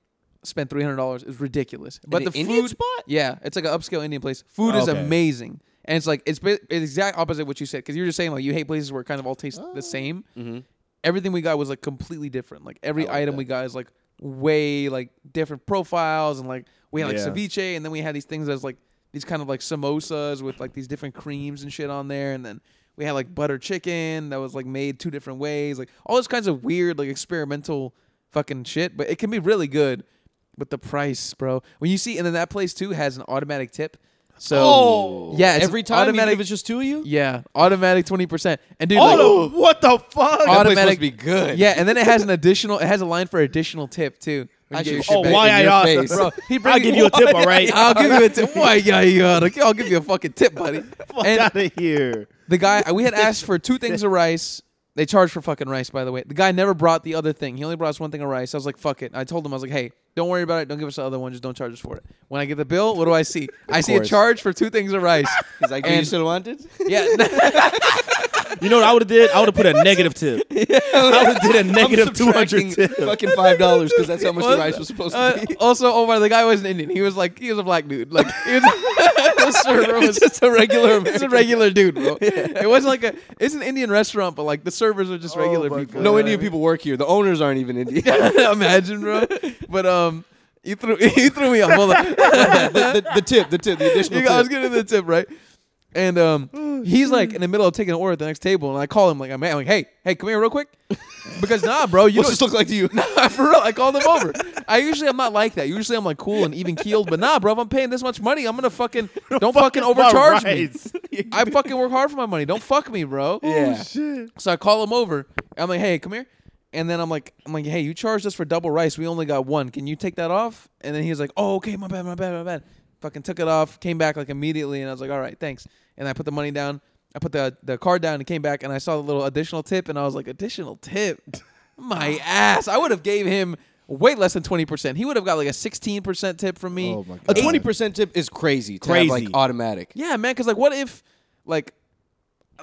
S1: Spent three hundred dollars. It was ridiculous. But
S3: an
S1: the
S3: Indian
S1: food
S3: spot?
S1: yeah, it's like an upscale Indian place. Food is
S2: Okay.
S1: amazing, and it's like it's, ba- it's exact opposite of what you said because you were just saying like you hate places where it kind of all tastes
S3: Oh.
S1: the same.
S3: Mm-hmm.
S1: Everything we got was like completely different. Like every item we got is like way like different profiles and like we had like
S2: Yeah.
S1: ceviche and then we had these things as like these kind of like samosas with like these different creams and shit on there and then we had like butter chicken that was like made two different ways like all those kinds of weird like experimental fucking shit but it can be really good but the price bro when you see and then that place too has an automatic tip so
S2: Oh.
S1: yeah it's
S3: Oh. every
S1: an
S3: time automatic,
S1: automatic
S3: if it's just two of you.
S1: yeah automatic 20% and dude like,
S2: Oh, what the fuck?
S3: That place
S1: automatic
S3: must be good.
S1: yeah and then it has an additional it has a line for additional tip too when you
S3: I
S1: get
S3: should-
S1: your shit
S2: oh,
S1: back.
S2: why
S3: in
S2: I
S3: your
S2: ought-
S3: face.
S1: Bro, he
S2: I'll
S1: bring-
S2: give you a tip, all right?
S1: I'll give you a tip. Why, yeah, yeah, like, I'll give you a fucking tip, buddy.
S2: Fuck
S1: And
S2: out of here.
S1: the guy, we had asked for two things of rice. They charge for fucking rice, by the way. The guy never brought the other thing. He only brought us one thing of rice. I was like, fuck it. I told him, I was like, hey, don't worry about it. Don't give us the other one. Just don't charge us for it. When I get the bill, what do I see? I see a
S3: course.
S1: charge for two things of rice.
S3: He's like, do you
S1: And-
S3: still want it?
S1: yeah,
S2: You know what I would have did? I would have put a negative tip. I would have did a negative two
S3: Subtracting
S2: hundred tip.
S3: fucking five dollars because that's how much the
S1: Well,
S3: rice was supposed
S1: uh,
S3: to be.
S1: also, Omar, the guy wasn't Indian. He was like, he was a black dude. Like, he was, the server was
S3: just a regular.
S1: It's a
S3: American.
S1: regular dude, bro. It wasn't like a. It's an Indian restaurant, but like the servers are
S3: Oh
S1: just regular
S2: my
S1: people.
S2: God.
S1: you
S3: no
S1: know
S3: Indian people work here. The owners aren't even Indian.
S1: what I mean? Imagine, bro. But um, he threw he threw me off. Hold on.
S3: the, the, the tip, the tip, the additional
S1: You- I was
S3: tip.
S1: getting the tip right, and
S3: Oh,
S1: um, he's like in the middle of taking an order at the next table, and I call him like, I'm, I'm like, hey, hey, come here real quick, because nah, bro, you
S3: What's
S1: don't-
S3: this look like to you?
S1: Nah, for real, I called him over. I usually I'm not like that. Usually I'm like cool and even keeled, but nah, bro, if I'm paying this much money, I'm gonna fucking don't fucking
S2: Fuck my
S1: overcharge me.
S2: rights. Oh,
S1: I fucking work hard for my money. Don't fuck me, bro.
S3: Yeah.
S1: So I call him over. I'm like, hey, come here. And then I'm like, I'm like, hey, you charged us for double rice. We only got one. Can you take that off? And then he was like, oh, okay, my bad, my bad, my bad. Fucking took it off. Came back like immediately, and I was like, all right, thanks. And I put the money down. I put the the card down and came back, and I saw the little additional tip, and I was like, additional tip, my ass. I would have gave him way less than twenty percent. He would have got like a sixteen percent tip from me.
S2: Oh my
S3: A
S2: God.
S3: twenty percent tip is crazy. To have, like
S2: Crazy.
S3: automatic.
S1: Yeah, man. Because like, what if, like,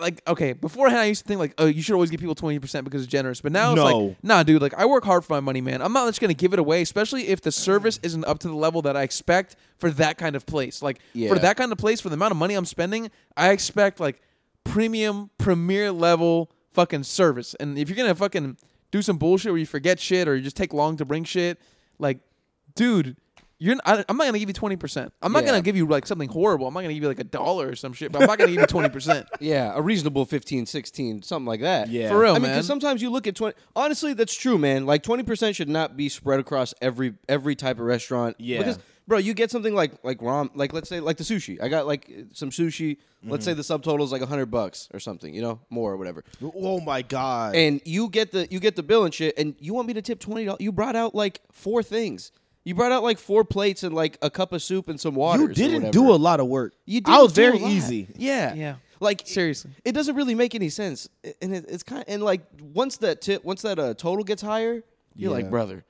S1: like okay, beforehand I used to think like, oh, you should always give people twenty percent because it's generous. But now it's
S2: No.
S1: like, nah, dude. Like, I work hard for my money, man. I'm not just gonna give it away, especially if the service isn't up to the level that I expect for that kind of place. Like,
S3: Yeah.
S1: for that kind of place, for the amount of money I'm spending, I expect like premium, premier level fucking service. And if you're gonna fucking do some bullshit where you forget shit or you just take long to bring shit, like, dude. You're, I, I'm not gonna give you twenty percent. I'm not
S3: Yeah.
S1: gonna give you like something horrible. I'm not gonna give you like a dollar or some shit, but I'm not gonna give you twenty percent.
S3: Yeah, a reasonable 15, 16, something like that.
S2: Yeah.
S1: For real,
S3: I mean,
S1: man.
S3: because sometimes you look at twenty. Honestly, that's true, man. Like twenty percent should not be spread across every every type of restaurant.
S2: Yeah.
S3: because bro, you get something like like ram, like let's say like the sushi. I got like some sushi.
S2: Mm-hmm.
S3: Let's say the subtotal is like hundred bucks or something, you know, more or whatever.
S2: Oh my god.
S3: And you get the you get the bill and shit, and you want me to tip twenty dollars? You brought out like four things. You brought out like four plates and like a cup of soup and some water.
S2: you didn't do a lot of work.
S3: You
S2: I
S3: didn't
S2: was
S3: do
S2: very
S3: a lot.
S2: easy.
S3: Yeah.
S1: Yeah.
S3: Like
S1: Seriously.
S3: it, it doesn't really make any sense. I- And it, it's kind and like once that tip, once that uh, total gets higher,
S2: Yeah.
S3: you're like, brother,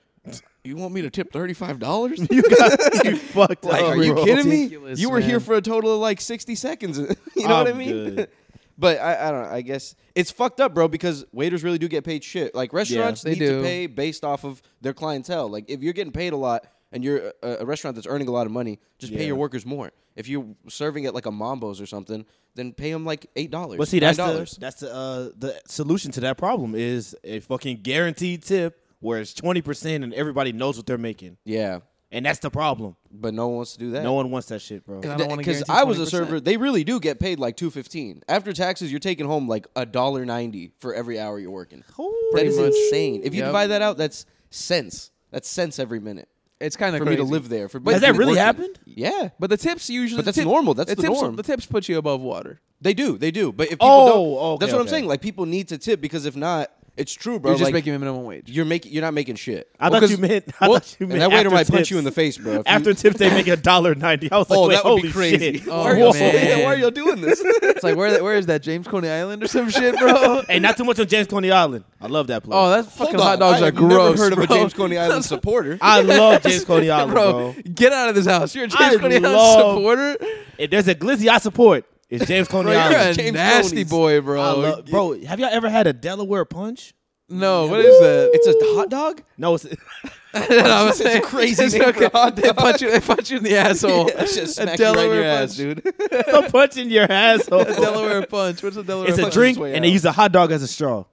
S3: you want me to tip thirty five dollars?
S2: You got you fucked
S3: Like,
S2: up.
S3: are you
S2: Oh, bro.
S3: kidding me?
S1: Ridiculous,
S3: You were here
S1: man.
S3: for a total of like sixty seconds. you know what I
S2: I'm
S3: mean?
S2: good.
S3: but I, I don't. know. I guess it's fucked up, bro. Because waiters really do get paid shit. Like restaurants
S1: they
S3: need
S1: do.
S3: to pay based off of their clientele. Like if you're getting paid a lot and you're a, a restaurant that's earning a lot of money, just
S2: Yeah.
S3: pay your workers more. If you're serving at like a Mambo's or something, then pay them like eight dollars.
S2: But see, that's
S3: dollars.
S2: the, that's the uh, the solution to that problem is a fucking guaranteed tip where it's twenty percent and everybody knows what they're making,
S3: Yeah,
S2: and that's the problem.
S3: but no one wants to do that.
S2: No one wants that shit, bro.
S1: I don't wanna
S3: because
S1: guarantee
S3: I, was a
S1: 20%.
S3: server, they really do get paid like two fifteen after taxes. You're taking home like a dollar ninety for every hour you're working. That
S1: Pretty
S3: is
S1: much.
S3: insane. If you
S1: Yep.
S3: divide that out, that's cents. That's cents every minute
S1: It's kind of
S3: for
S1: crazy.
S3: me to live there. For
S2: Has that really
S3: working.
S2: happened?
S3: Yeah,
S1: But the tips usually.
S3: But that's
S1: the tip-
S3: normal. That's the
S1: tips,
S3: norm.
S1: The tips put you above water.
S3: they do, they do. But if people
S2: Oh,
S3: don't,
S2: okay,
S3: that's what I'm
S2: okay.
S3: saying. Like people need to tip because if not, it's true, bro.
S1: You're just
S3: like,
S1: making minimum wage.
S3: you're making you're not making shit.
S2: I
S1: Well,
S2: thought
S1: 'cause-
S2: you meant. I
S1: well,
S2: thought you
S3: and
S2: meant
S3: that waiter
S2: after
S3: might punch
S2: tips.
S3: you in the face, bro. if you-
S2: After tips, they make a dollar ninety. I was like,
S3: oh,
S2: wait,
S3: that would
S2: holy
S3: be crazy.
S2: shit!
S1: Oh,
S3: why, are you,
S1: man.
S3: why are y'all doing this?
S1: It's like where where is that James Coney Island or some shit, bro?
S2: Hey, not too much on James Coney Island. I love that place.
S1: Oh, that's fucking
S3: Hold on,
S1: hot dogs
S3: I
S1: are
S3: have
S1: gross.
S3: Never heard of a
S1: bro.
S3: James Coney Island supporter.
S2: I love James Coney Island, bro.
S1: Get out of this house. You're a James
S2: I
S1: Coney Island
S2: love-
S1: supporter.
S2: If there's a glizzy I support, it's James Coney
S1: Bro, you're a
S2: Island.
S3: James
S1: nasty
S3: Coney's.
S1: boy,
S2: I
S1: bro.
S2: love- bro, have y'all ever had a Delaware punch?
S1: no, what is that?
S3: It's a hot dog.
S2: No, it's
S1: I'm
S3: It's a crazy name for a hot
S1: They punch you. They punch you in the asshole.
S3: That shit
S1: a
S3: smack you right in
S1: Delaware
S3: your
S1: punch,
S3: ass, dude.
S2: a punch in your asshole.
S1: A Delaware punch. What's a Delaware?
S2: It's a
S1: punch?
S2: drink,
S3: way
S2: and they
S3: out.
S2: use a hot dog as a straw.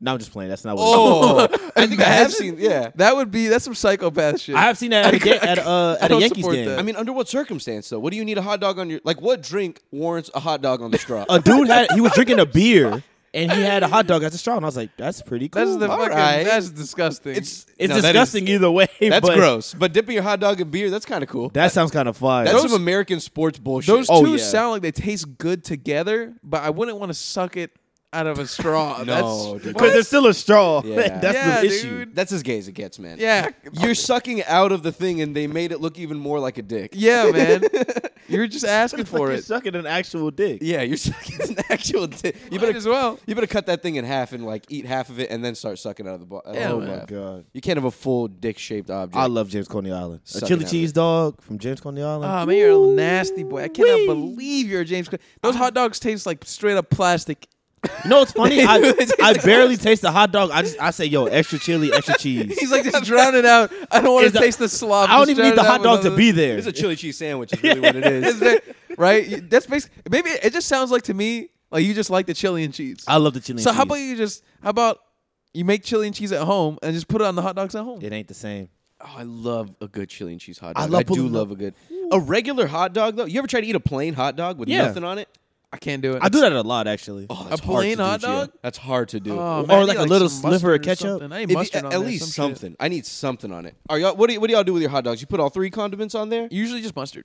S2: No, I'm just playing. That's not what. it is.
S3: Oh, I think I have
S1: Imagine-
S3: seen. Yeah,
S1: That would be that's some psychopath shit.
S2: I have seen that at a, ga- at a, uh,
S1: I
S2: at a
S1: don't
S2: Yankees
S1: support
S2: game.
S1: that.
S3: I mean, under what circumstance though? What do you need a hot dog on your? Like, what drink warrants a hot dog on the straw?
S2: A dude had he was drinking a beer, and he had a hot dog as a straw, and I was like, that's pretty cool.
S1: that's the
S3: all
S1: fucking.
S3: right.
S1: That's disgusting.
S3: it's
S2: it's
S3: no, that is-
S2: disgusting either way.
S3: that's
S2: but
S3: gross. But dipping your hot dog in beer, that's kind of cool.
S2: That sounds kind of fire.
S3: that's
S1: those-
S3: some American sports bullshit.
S1: those two
S2: Oh, yeah.
S1: sound like they taste good together, but I wouldn't want to suck it out of a straw.
S3: No,
S1: that's,
S3: dude.
S1: What?
S2: because there's still a straw.
S3: Yeah.
S2: that's
S1: Yeah,
S2: the issue.
S1: dude.
S3: that's as gay as it gets, man.
S1: yeah,
S3: You're sucking out of the thing, and they made it look even more like a dick.
S1: yeah, man. You're just asking
S2: It's like
S1: for
S2: you're
S1: it.
S2: sucking an actual dick.
S3: yeah, you're sucking an actual dick. You better
S1: Might as well.
S3: You better cut that thing in half and like eat half of it, and then start sucking out of the ball.
S1: Yeah,
S2: Oh
S1: man.
S2: my god.
S3: You can't have a full dick-shaped object.
S2: I love James Coney Island.
S3: Sucking
S2: a chili
S3: at it.
S2: cheese dog from James Coney Island.
S1: Oh man, you're a nasty boy. I cannot
S2: Woo-wee.
S1: believe you're a James. Cl-
S2: Ah.
S1: Those hot dogs taste like straight up plastic.
S2: You know what's funny? I,
S1: It's
S2: I
S3: oh.
S2: barely taste the hot dog. I just I say, yo, extra chili, extra cheese.
S1: He's like just drown it out. I don't want
S2: It's
S1: to
S2: a-
S1: taste the slop.
S2: I don't
S1: Just
S2: even
S1: drown
S2: need the
S1: it
S2: hot
S1: out
S2: dog
S1: with
S2: to
S1: other-
S2: be there.
S3: It's a chili cheese sandwich. Is really what it is.
S1: Is that- right? You- That's basically maybe it just sounds like to me like you just like the chili and cheese.
S2: I love the chili.
S1: so
S2: and
S1: how
S2: cheese.
S1: about you just how about you make chili and cheese at home and just put it on the hot dogs at home?
S2: It ain't the same.
S3: Oh, I love a good chili and cheese hot
S2: I
S3: dog. I,
S2: love
S3: do
S2: pulling the-
S3: love a good a regular hot dog though. You ever try to eat a plain hot dog with
S2: Yeah.
S3: nothing on it?
S1: I can't do it.
S2: I do that a lot actually.
S3: Oh, that's
S1: A
S3: hard
S1: plain
S3: to do,
S1: hot
S3: Gio.
S1: dog?
S3: That's hard to do.
S1: Oh,
S2: Or
S1: man, I
S2: like
S1: need,
S2: a little
S1: some
S2: sliver of
S1: mustard or
S2: ketchup?
S1: something. I need
S3: If-
S1: mustard
S3: at
S1: on
S3: at
S1: there,
S3: least
S1: some shit.
S3: something. I need something on it. Are y'all what do you, what do y'all do with your hot dogs? You put all three condiments on there?
S1: Usually just mustard.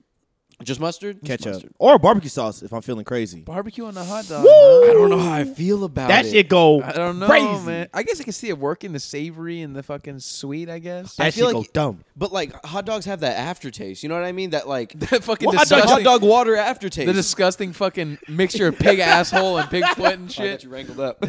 S3: Just mustard? Just
S2: ketchup
S3: mustard.
S2: or barbecue sauce if I'm feeling crazy.
S1: Barbecue on a hot dog.
S2: Woo!
S1: huh?
S3: I don't know how I feel about
S2: That
S3: it.
S2: shit go
S1: I don't know,
S2: crazy.
S1: man. I guess I can see it working the savory and the fucking sweet. I guess
S2: That
S3: I feel
S2: shit
S3: like-
S2: go dumb.
S3: But like hot dogs have that aftertaste. You know what I mean? That like
S1: that fucking
S2: Well, hot dog-
S1: disgusting,
S3: hot dog water aftertaste.
S1: the disgusting fucking mixture of pig asshole and pig foot and
S3: Oh, I got
S1: shit.
S3: you wrangled up.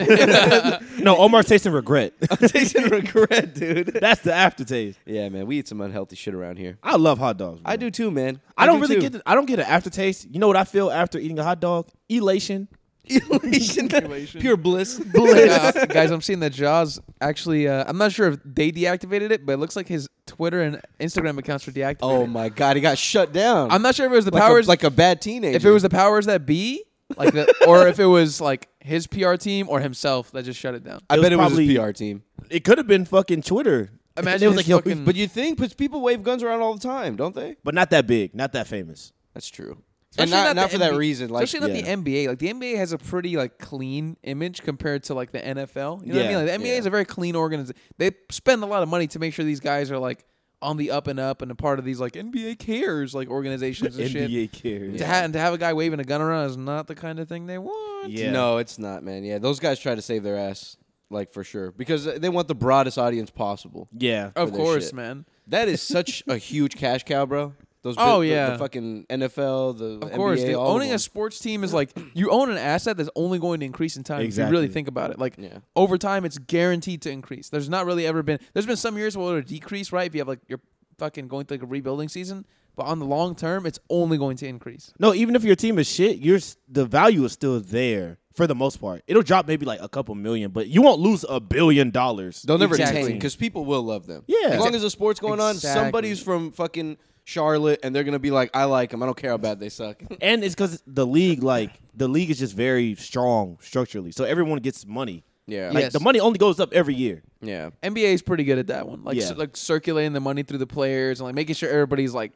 S2: No, Omar's tasting regret.
S3: Tasting regret, dude.
S2: That's the aftertaste.
S3: Yeah, man, we eat some unhealthy shit around here.
S2: I love hot dogs.
S3: I
S2: bro.
S3: do too, man.
S2: I, don't really
S3: too.
S2: get. The, I don't get an aftertaste. You know what I feel after eating a hot dog? Elation.
S3: elation,
S1: Elation.
S3: pure bliss.
S1: Uh, guys, I'm seeing that Jaws actually. Uh, I'm not sure if they deactivated it, but it looks like his Twitter and Instagram accounts were deactivated.
S3: oh my god, he got shut down.
S1: I'm not sure if it was the
S3: like
S1: powers
S3: a, like a bad teenager.
S1: if it was the powers that be, like the, or if it was like his PR team or himself that just shut it down.
S3: I
S2: It was
S3: bet it was his
S2: probably-
S3: PR team.
S2: It could have been fucking Twitter.
S1: Imagine
S2: it was
S1: his
S2: like, yo,
S1: fucking-
S3: But you think, because people wave guns around all the time, don't they?
S2: but not that big, not that famous.
S3: That's true. and
S1: Especially
S3: not, not
S1: the
S3: for that
S1: NBA
S3: reason. Like,
S1: especially not
S2: yeah.
S1: the NBA. Like the NBA has a pretty like clean image compared to like the NFL. You know what
S2: Yeah,
S1: I mean? Like the NBA
S3: yeah.
S1: is a very clean organization. They spend a lot of money to make sure these guys are like on the up and up and a part of these like NBA cares like organizations and shit.
S2: NBA cares.
S1: To, ha- and to have a guy waving a gun around is not the kind of thing they want.
S2: Yeah.
S3: No, it's not, man. Yeah, those guys try to save their ass, like for sure, because they want the broadest audience possible.
S2: Yeah.
S1: Of
S3: For their
S1: course,
S3: shit.
S1: man.
S3: That is such a huge cash cow, bro. Those
S1: Oh,
S3: the- the,
S1: yeah.
S3: fucking NFL, the
S1: Of course,
S3: NBA,
S1: dude.
S3: all of
S1: owning
S3: them.
S1: a sports team is like you own an asset that's only going to increase in time. If you
S2: Exactly.
S1: really think about it, like
S3: Yeah.
S1: over time, it's guaranteed to increase. There's not really ever been. There's been some years where it'll decrease, right? If you have like you're fucking going through like a rebuilding season, but on the long term, it's only going to increase.
S2: No, even if your team is shit, your s- the value is still there for the most part. It'll drop maybe like a couple million, but you won't lose a billion dollars.
S3: They'll never
S1: Exactly.
S3: tank because people will love them.
S2: Yeah.
S3: as long as the sport's going on,
S1: Exactly.
S3: somebody's from fucking Charlotte, and they're gonna be like, "I like them. I don't care how bad they suck."
S2: And it's because the league, like the league, is just very strong structurally, so everyone gets money.
S3: Yeah,
S2: Like
S1: Yes.
S2: the money only goes up every year.
S3: yeah.
S1: NBA is pretty good at that one, like
S2: Yeah.
S1: cir- like circulating the money through the players and like making sure everybody's like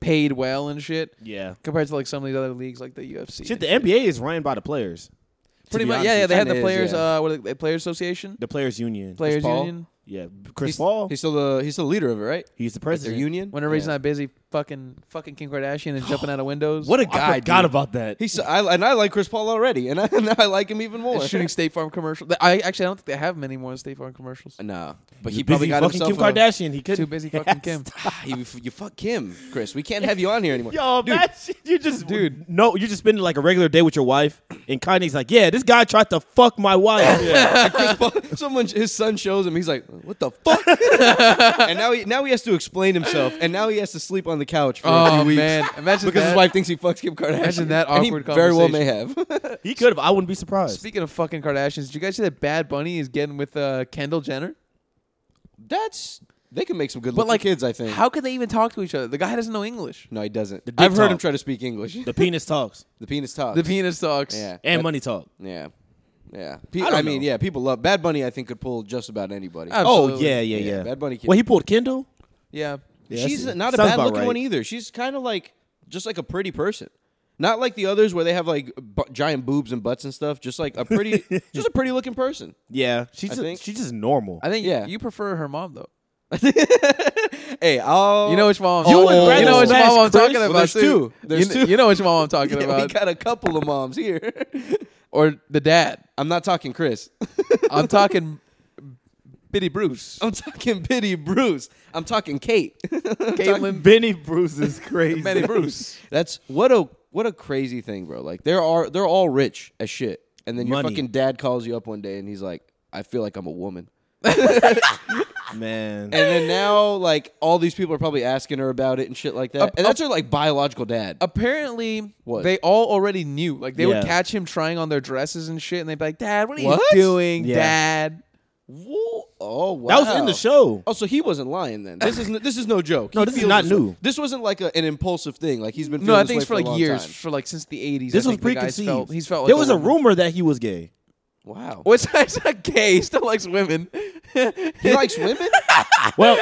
S1: paid well and shit.
S2: Yeah.
S1: Compared to like some of these other leagues, like the UFC,
S2: Shit,
S1: and
S2: the NBA is run by the players, to
S1: pretty
S2: be
S1: much.
S2: honest
S1: Yeah, yeah.
S2: with
S1: They
S2: you.
S1: had the
S3: Kinda is,
S1: players.
S3: yeah.
S1: Uh, what are they, Players Association,
S2: the players union.
S1: Players
S3: Paul?
S1: Union.
S2: yeah, Chris
S3: He's-
S2: Paul.
S3: He's still the he's the leader of it, right?
S2: He's the
S3: Like their
S2: president.
S3: union.
S1: Whenever he's not busy, fucking fucking Kim Kardashian and jumping out of windows.
S3: What a
S2: I
S3: guy!
S2: forgot
S3: dude.
S2: about that.
S3: He's I, and I like Chris Paul already, and I, now I like him even more.
S1: And shooting State Farm commercial. I actually I don't think they have many more State Farm commercials.
S3: Nah, but
S2: He's
S3: he probably
S2: busy
S3: got
S2: fucking
S3: himself.
S2: Kim
S3: a-
S2: Kardashian. He could
S1: Too busy fucking Kim.
S3: Ah, you, you fuck Kim, Chris. We can't have you on here anymore.
S2: Yo, imagine you just
S1: Dude.
S2: No, you're just spending like a regular day with your wife, and Kanye's like, "Yeah, this guy tried to fuck my wife."
S3: And Chris Paul, someone, his son shows him. He's like, "What the fuck?" and now he now he has to explain himself, and now he has to sleep on the couch for a
S1: Oh
S3: few weeks
S1: man, imagine
S3: because
S1: that.
S3: his wife thinks he fucks Kim Kardashian.
S1: Imagine that
S3: And he
S1: awkward
S3: Very well may have.
S2: He could have. I wouldn't be surprised.
S1: Speaking of fucking Kardashians, did you guys see that Bad Bunny is getting with uh, Kendall Jenner?
S3: That's they can make some good
S1: But like
S3: kids. I think.
S1: How can they even talk to each other? The guy doesn't know English.
S3: no, he doesn't.
S2: dick
S3: I've heard
S2: talk.
S3: him try to speak English.
S2: the penis talks
S3: The penis talks.
S1: The penis talks.
S3: Yeah.
S2: and
S3: That-
S2: money talk.
S3: Yeah. Yeah. Pe-
S2: I
S3: I,
S2: don't
S3: mean,
S2: know.
S3: yeah, people love Bad Bunny I think could pull just about anybody.
S2: Oh
S1: Absolutely.
S2: yeah, yeah,
S3: Yeah,
S2: yeah.
S3: Bad Bunny kid.
S2: Well, he pulled Kendall.
S1: yeah.
S2: Yeah,
S3: she's
S2: that's-
S3: not a
S2: sounds
S3: bad
S2: about
S3: looking
S2: right.
S3: one either. She's kind of like just like a pretty person. Not like the others where they have like bu- giant boobs and butts and stuff, just like a pretty just a pretty looking person.
S2: Yeah, she's
S3: I think.
S2: just, she's just normal.
S1: I think
S3: Yeah.
S1: you prefer her mom though.
S3: Hey, I'll
S1: You know which mom? I'm
S3: Oh. You
S1: talking-
S3: and Brad
S1: Oh, you know which
S2: Smash,
S1: mom I'm
S2: Chris?
S1: talking
S2: Well,
S1: about.
S3: there's
S1: too.
S3: two. There's
S1: you,
S3: two.
S1: kn- you know which mom I'm talking
S3: Yeah, we
S1: about,
S3: got a couple of moms here.
S1: or the dad.
S3: I'm not talking Chris.
S1: I'm talking Biddy Bruce.
S3: I'm talking Biddy Bruce. I'm talking Kate.
S1: Caitlin
S2: Benny Bruce is crazy.
S1: Betty Bruce.
S3: That's what a what a crazy thing, bro. Like there are they're all rich as shit, and then your
S2: Money.
S3: fucking dad calls you up one day and he's like, "I feel like I'm a woman."
S2: man.
S3: And then now, like all these people are probably asking her about it and shit like that.
S1: Up-
S3: and that's her like biological dad.
S1: Apparently,
S3: What?
S1: they all already knew. Like they
S2: Yeah.
S1: would catch him trying on their dresses and shit, and they'd be like, "Dad, what are
S3: What?
S1: you doing,
S2: Yeah.
S1: Dad?"
S3: Whoa. Oh wow,
S2: that was in the show.
S3: Oh, so he wasn't lying then. This is n- this is no joke.
S2: No,
S3: He
S2: this is
S3: feels
S2: not
S3: way.
S2: new.
S3: This wasn't like a, an impulsive thing. Like he's been.
S1: No,
S3: feeling
S1: I
S3: this
S1: think
S3: way
S1: it's for
S3: a
S1: like
S3: long
S1: years,
S3: time.
S1: for like since the '80s.
S2: This
S1: I
S2: was
S1: think the guys
S2: preconceived.
S1: Felt, he's felt. Like
S2: there was a
S1: woman.
S2: rumor that he was gay.
S3: Wow.
S1: Well, it's- it's not gay. He still likes women.
S3: He likes women.
S2: Well,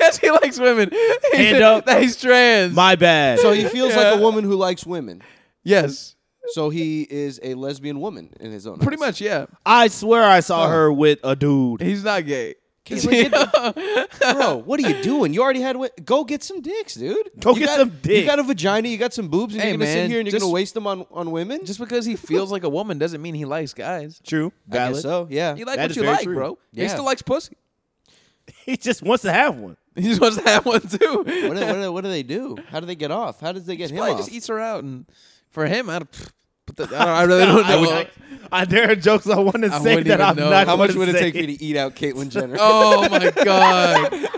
S1: yes, he likes women.
S2: Hand up.
S1: That he's trans.
S2: my bad.
S3: so he feels
S1: Yeah.
S3: like a woman who likes women.
S1: yes,
S3: So he is a lesbian woman in his own.
S1: pretty
S3: eyes.
S1: much. Yeah,
S2: I swear I saw her with a dude.
S1: he's not gay.
S3: Caitlyn, get- bro, what are you doing? You already had. Wi- go get some dicks, dude.
S2: Go
S3: You
S2: get
S3: got-
S2: some
S3: You
S2: dick.
S3: got a vagina. You got some boobs, and
S1: Hey,
S3: you're gonna sit
S1: man,
S3: here and you're
S1: just-
S3: gonna waste them on on women.
S1: Just because he feels like a woman doesn't mean he likes guys.
S2: True.
S3: I guess
S2: Valid.
S3: so. Yeah.
S1: You like
S2: That
S1: what
S2: is
S1: you
S2: very
S1: like,
S2: true.
S1: bro.
S3: Yeah.
S1: He still likes pussy.
S2: He just wants to have one.
S1: He just wants to have one too.
S3: what, do, what, do, what do they do? How do they get off? How does they get him
S1: Probably
S3: off?
S1: just eats her out, and for him, I, don't, pff, put the, I, don't, I really don't
S2: I,
S1: know.
S2: would- I- there are jokes I want to
S1: I
S2: say
S1: wouldn't
S2: that
S1: even
S2: I'm
S1: know.
S2: not.
S3: How much
S2: gonna
S3: would it
S2: say.
S3: take for you to eat out Caitlyn Jenner?
S1: oh my god!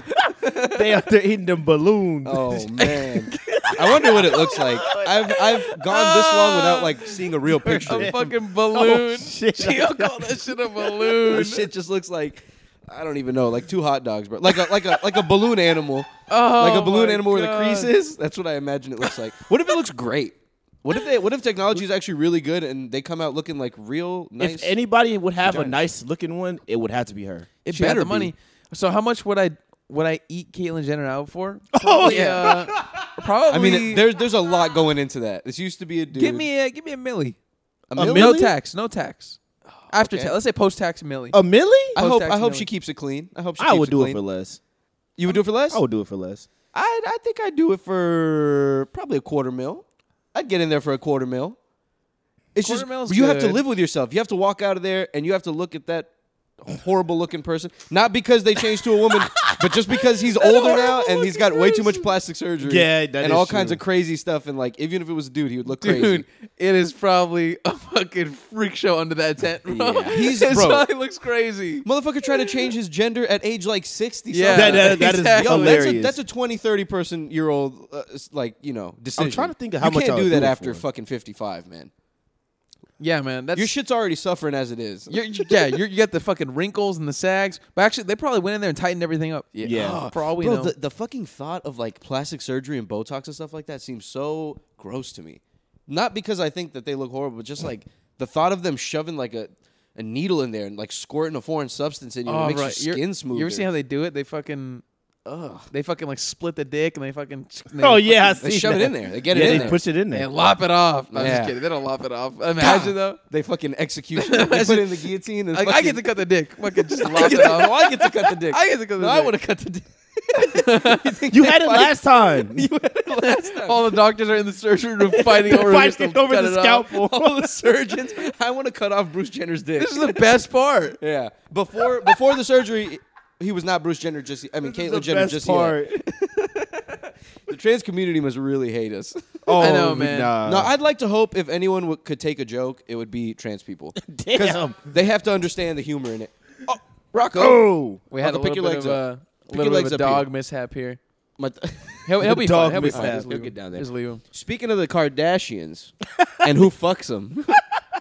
S2: They out there eating them balloons.
S3: Oh man, I wonder what it looks like. I've I've gone this long without like seeing a real picture.
S1: a fucking balloon.
S2: Oh, shit.
S1: She call that shit a
S3: That
S1: balloon.
S3: shit just looks like I don't even know, like two hot dogs, bro. Like a like a like a balloon animal,
S1: Oh,
S3: like a balloon
S1: my
S3: animal with a
S1: God.
S3: crease is. That's what I imagine it looks like. What if it looks great? What if they, what if technology is actually really good and they come out looking like real nice?
S2: If anybody would have a
S3: Vagina.
S2: nice looking one, it would have to be her.
S1: It
S3: She
S1: better
S3: better
S1: the
S3: be.
S1: money. So how much would I would I eat Caitlyn Jenner out for?
S2: Oh,
S1: Probably, uh, probably.
S3: I mean, there's there's a lot going into that. This used to be a dude.
S1: give me a give me a millie.
S3: a
S2: milli?
S3: milli?
S1: No tax, no tax. After
S3: okay.
S1: tax, let's say post tax millie.
S2: A milli?
S3: I
S1: Post
S3: hope
S1: tax
S3: I hope
S1: milli.
S3: she keeps it clean. I hope she
S2: I
S3: keeps
S2: would do it
S3: clean.
S2: for less.
S3: You would do it for less.
S2: I would do it for less.
S3: I I think I'd do it for probably a quarter mil. I'd get in there for a quarter mil. It's
S1: Quarter
S3: just
S1: mil's
S3: you have to
S1: good.
S3: live with yourself. You have to walk out of there and you have to look at that horrible looking person. Not because they changed to a woman, but just because he's older now and he's got way too much plastic surgery.
S2: Yeah, that is
S3: and all kinds
S2: true.
S3: of crazy stuff. And like, even if it was a dude, he would look
S1: Dude,
S3: crazy.
S1: it is probably a fucking freak show under that tent, bro.
S3: Yeah. He's-
S1: His
S3: bro.
S1: body looks crazy.
S3: Motherfucker tried to change his gender at age like sixty.
S1: Yeah,
S2: That-
S3: something.
S2: that- that is
S1: exactly.
S3: Yo, that's a,
S2: hilarious.
S3: that's a 20, 30 person year old, uh, s- like, you know, decision.
S2: trying to think of
S3: You
S2: how much
S3: can't
S2: I
S3: do
S2: would
S3: that
S2: do it
S3: after
S2: for.
S3: fucking 55, man.
S1: Yeah, man. That's
S3: Your shit's already suffering as it is.
S1: You're, you- yeah, you're, you got the fucking wrinkles and the sags. But actually, they probably went in there and tightened everything up.
S2: Yeah.
S1: Oh, for all we
S3: Bro,
S1: know.
S3: the, the fucking thought of like plastic surgery and Botox and stuff like that seems so gross to me. Not because I think that they look horrible, but just like the thought of them shoving like a, a needle in there and like squirting a foreign substance in you and it makes your
S1: Oh, You're-
S3: skin smooth.
S1: You ever seen how they do it? They fucking, ugh. They fucking like split the dick and they fucking. and they
S2: Oh yeah, I
S3: they
S2: seen
S3: shove it
S2: that.
S3: in there. They get it
S2: yeah,
S3: in
S2: they
S3: there.
S2: push it in
S1: They
S2: there.
S1: lop it off. No, I'm
S3: Yeah.
S1: just kidding. They don't lop it off. Imagine though.
S3: They fucking execute. it. they put it in the guillotine. And
S1: Like, I get to cut the dick. Fucking just lop
S3: get
S1: it
S3: to-
S1: off.
S3: no, I get to cut the dick.
S1: I get to cut the
S3: No, I
S1: dick.
S3: would have cut the dick.
S2: You had it last time.
S1: All the doctors are in the surgery room fighting
S2: They're
S1: over who's
S2: fighting
S1: gonna
S2: over
S1: cut
S2: the
S1: it off.
S2: scalpel.
S3: All the surgeons. I want to cut off Bruce Jenner's dick.
S1: This is the best part.
S3: Yeah. Before before the surgery, he was not Bruce Jenner. Just I mean,
S2: This is
S3: Caitlyn
S2: the
S3: Jenner.
S2: best
S3: Just yet.
S2: part.
S3: the trans community must really hate us.
S2: Oh,
S1: I know, man.
S2: Nah.
S3: no, I'd like to hope if anyone w- could take a joke, it would be trans people. 'Cause
S2: Damn.
S3: they have to understand the humor in it. Oh, Rocco,
S2: Oh,
S1: We had a
S3: Rocco,
S1: little
S3: pick your
S1: bit
S3: legs
S1: of
S3: up.
S1: a
S3: Pick
S1: little
S3: your
S1: bit
S3: legs
S1: of a
S3: up
S1: dog
S3: here.
S1: mishap here.
S3: My th-
S1: He'll, he'll be
S2: dog
S1: fine. He'll be fine.
S2: mishap.
S1: Just leave
S3: He'll
S1: him.
S3: get down there.
S1: Just leave him.
S3: Speaking of the Kardashians and who fucks them,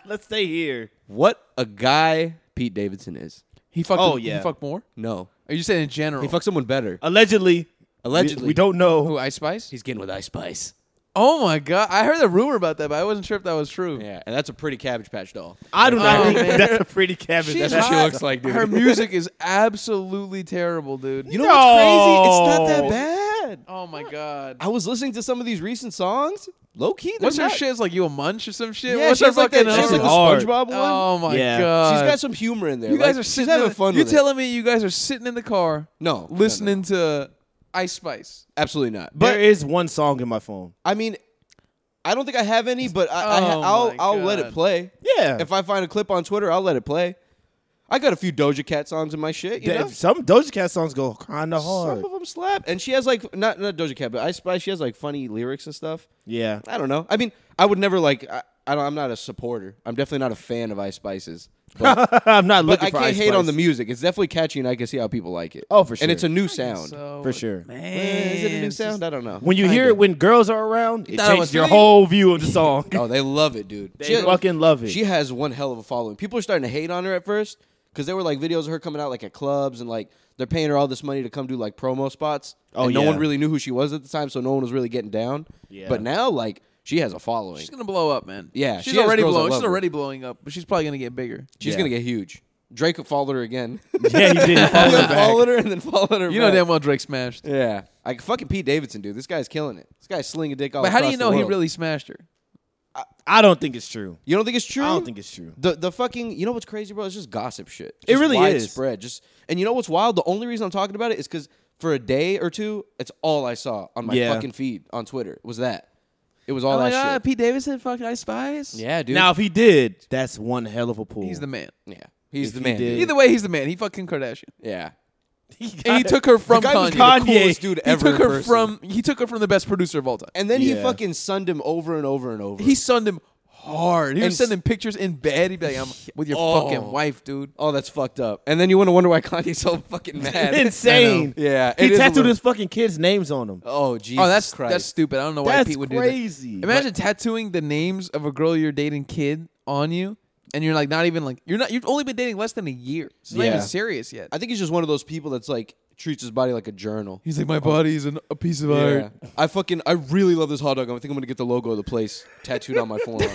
S2: let's stay here.
S3: what a guy Pete Davidson is.
S1: He fucked.
S2: Oh,
S1: him-
S2: yeah.
S1: He fucked more.
S3: No,
S1: Are you saying in general?
S3: he fucks someone better.
S2: Allegedly,
S3: Allegedly,
S2: we, we don't know.
S1: Who? Ice Spice.
S3: He's getting with Ice Spice.
S1: Oh my god! I heard a rumor about that, but I wasn't sure if that was true.
S3: Yeah, and that's a pretty Cabbage Patch doll.
S2: I do not
S1: Oh,
S2: think
S1: man.
S2: that's a pretty cabbage.
S1: She's
S3: That's what she
S1: hot.
S3: looks like, dude.
S1: Her music is absolutely terrible, dude.
S3: You know what's crazy?
S2: No.
S3: It's not that bad.
S1: oh my god!
S3: I was listening to some of these recent songs. Low key, they're
S1: What's her
S3: not-
S1: shit? It's like you a munch or some shit.
S3: Yeah,
S1: What's
S3: she's
S1: her
S3: like,
S1: fucking?
S3: that, she's
S1: other-
S3: like the
S2: Hard.
S3: SpongeBob one.
S1: oh my
S2: Yeah.
S1: god!
S3: she's got some humor in there.
S1: You guys
S3: Like,
S1: are
S3: she's
S1: sitting
S3: having
S1: in-
S3: fun.
S1: You
S3: with it.
S1: telling me you guys are sitting in the car?
S3: No, no, no,
S1: listening to Ice Spice.
S3: Absolutely not.
S2: But
S3: But
S2: there is one song in my phone.
S3: I mean, I don't think I have any. But I, I ha-
S1: Oh
S3: I'll
S1: my
S3: I'll let it
S1: God.
S3: play.
S2: Yeah,
S3: If I find a clip on Twitter, I'll let it play. I got a few Doja Cat songs in my shit. You
S2: That-
S3: know?
S2: some Doja Cat songs go kind of hard.
S3: Some of them slap, and she has like not not Doja Cat, but Ice Spice. She has like funny lyrics and stuff.
S2: yeah,
S3: I don't know. I mean, I would never like. I, I don't, I'm not a supporter. I'm definitely not a fan of Ice Spices. But,
S2: I'm not
S3: but
S2: looking
S3: I
S2: for
S3: can't
S2: Ice
S3: hate on
S2: Spice.
S3: the music. It's definitely catchy, and I can see how people like it.
S2: Oh, for sure.
S3: And it's a new sound.
S1: So
S2: For sure.
S1: man,
S3: Eh, Is it a new
S1: it's just-
S3: sound? I don't know.
S2: When you hear it when girls are around, it
S1: thought it
S2: changes
S1: was
S2: your
S1: me?
S2: whole view of the song.
S3: oh, they love it, dude.
S2: They fucking love it.
S3: She has one hell of a following. People are starting to hate on her at first because there were like videos of her coming out like at clubs and like they're paying her all this money to come do like promo spots.
S2: Oh,
S3: and no
S2: yeah.
S3: one really knew who she was at the time, so no one was really getting down.
S2: Yeah.
S3: But now, like, she has a following.
S1: She's
S3: She's,
S1: gonna blow up, man.
S3: Yeah,
S1: she's
S3: she has
S1: already
S3: girls that
S1: blowing.
S3: love
S1: She's
S3: her.
S1: already blowing up, but she's probably gonna get bigger.
S2: Yeah.
S3: gonna get huge. Drake followed her again.
S2: yeah, he did. Follow
S3: Yeah,
S2: her back.
S3: followed her and then followed her.
S1: You know
S3: back.
S1: damn well Drake smashed.
S3: Yeah, like fucking Pete Davidson, dude. This guy's killing it. This guy's slinging dick all.
S1: But how do
S3: across
S1: you
S3: the
S1: know he
S3: world.
S1: really smashed her?
S3: I,
S2: I don't think it's true.
S3: You don't think it's true?
S2: I don't think it's true.
S3: The the fucking you know what's crazy, bro? It's just gossip shit. It's
S2: It
S3: just
S2: really is.
S3: widespread. Just and you know what's wild? The only reason I'm talking about it is because for a day or two, it's all I saw on my
S2: Yeah.
S3: fucking feed on Twitter was that. It was all
S1: Oh my
S3: that
S1: god,
S3: shit.
S1: Pete Davidson fucked I Spies.
S3: Yeah, dude.
S2: Now, if he did, that's one hell of a pull.
S1: he's the man.
S3: yeah, he's
S2: if
S3: the
S2: he
S3: man.
S2: did-
S3: dude.
S1: Either way, he's the man. He fucking Kardashian,
S3: Yeah,
S1: and he took her from
S3: guy was
S1: Kanye.
S3: the
S2: Kanye.
S3: coolest dude
S1: he
S3: ever.
S1: took
S3: in
S1: her
S3: person.
S1: from he took her from the best producer of all time.
S3: and then he
S2: Yeah.
S3: fucking sunned him over and over and over.
S1: He sunned him hard. He
S3: And
S1: was
S3: s-
S1: sending pictures in bed. He'd be like, "I'm with your
S3: Oh.
S1: fucking wife, dude."
S3: oh, that's fucked up. And then you want to wonder why Kanye's so fucking mad.
S2: insane.
S3: Yeah,
S2: He
S3: it is a
S2: tattooed
S3: little-
S2: his fucking kids' names on them.
S3: Oh Jesus
S1: Oh, that's
S3: Christ.
S1: that's stupid. I don't know why
S2: That's
S1: Pete would
S2: crazy.
S1: do that. Imagine tattooing the names of a girl you're dating kid on you, and you're like not even like you're not you've only been dating less than a year. It's not
S2: Yeah.
S1: even serious yet.
S3: I think he's just one of those people that's like treats his body like a journal.
S1: He's like, my body is an, a piece of
S3: Yeah. I fucking I really love this hot dog. I think I'm gonna get the logo of the place tattooed on my forearm.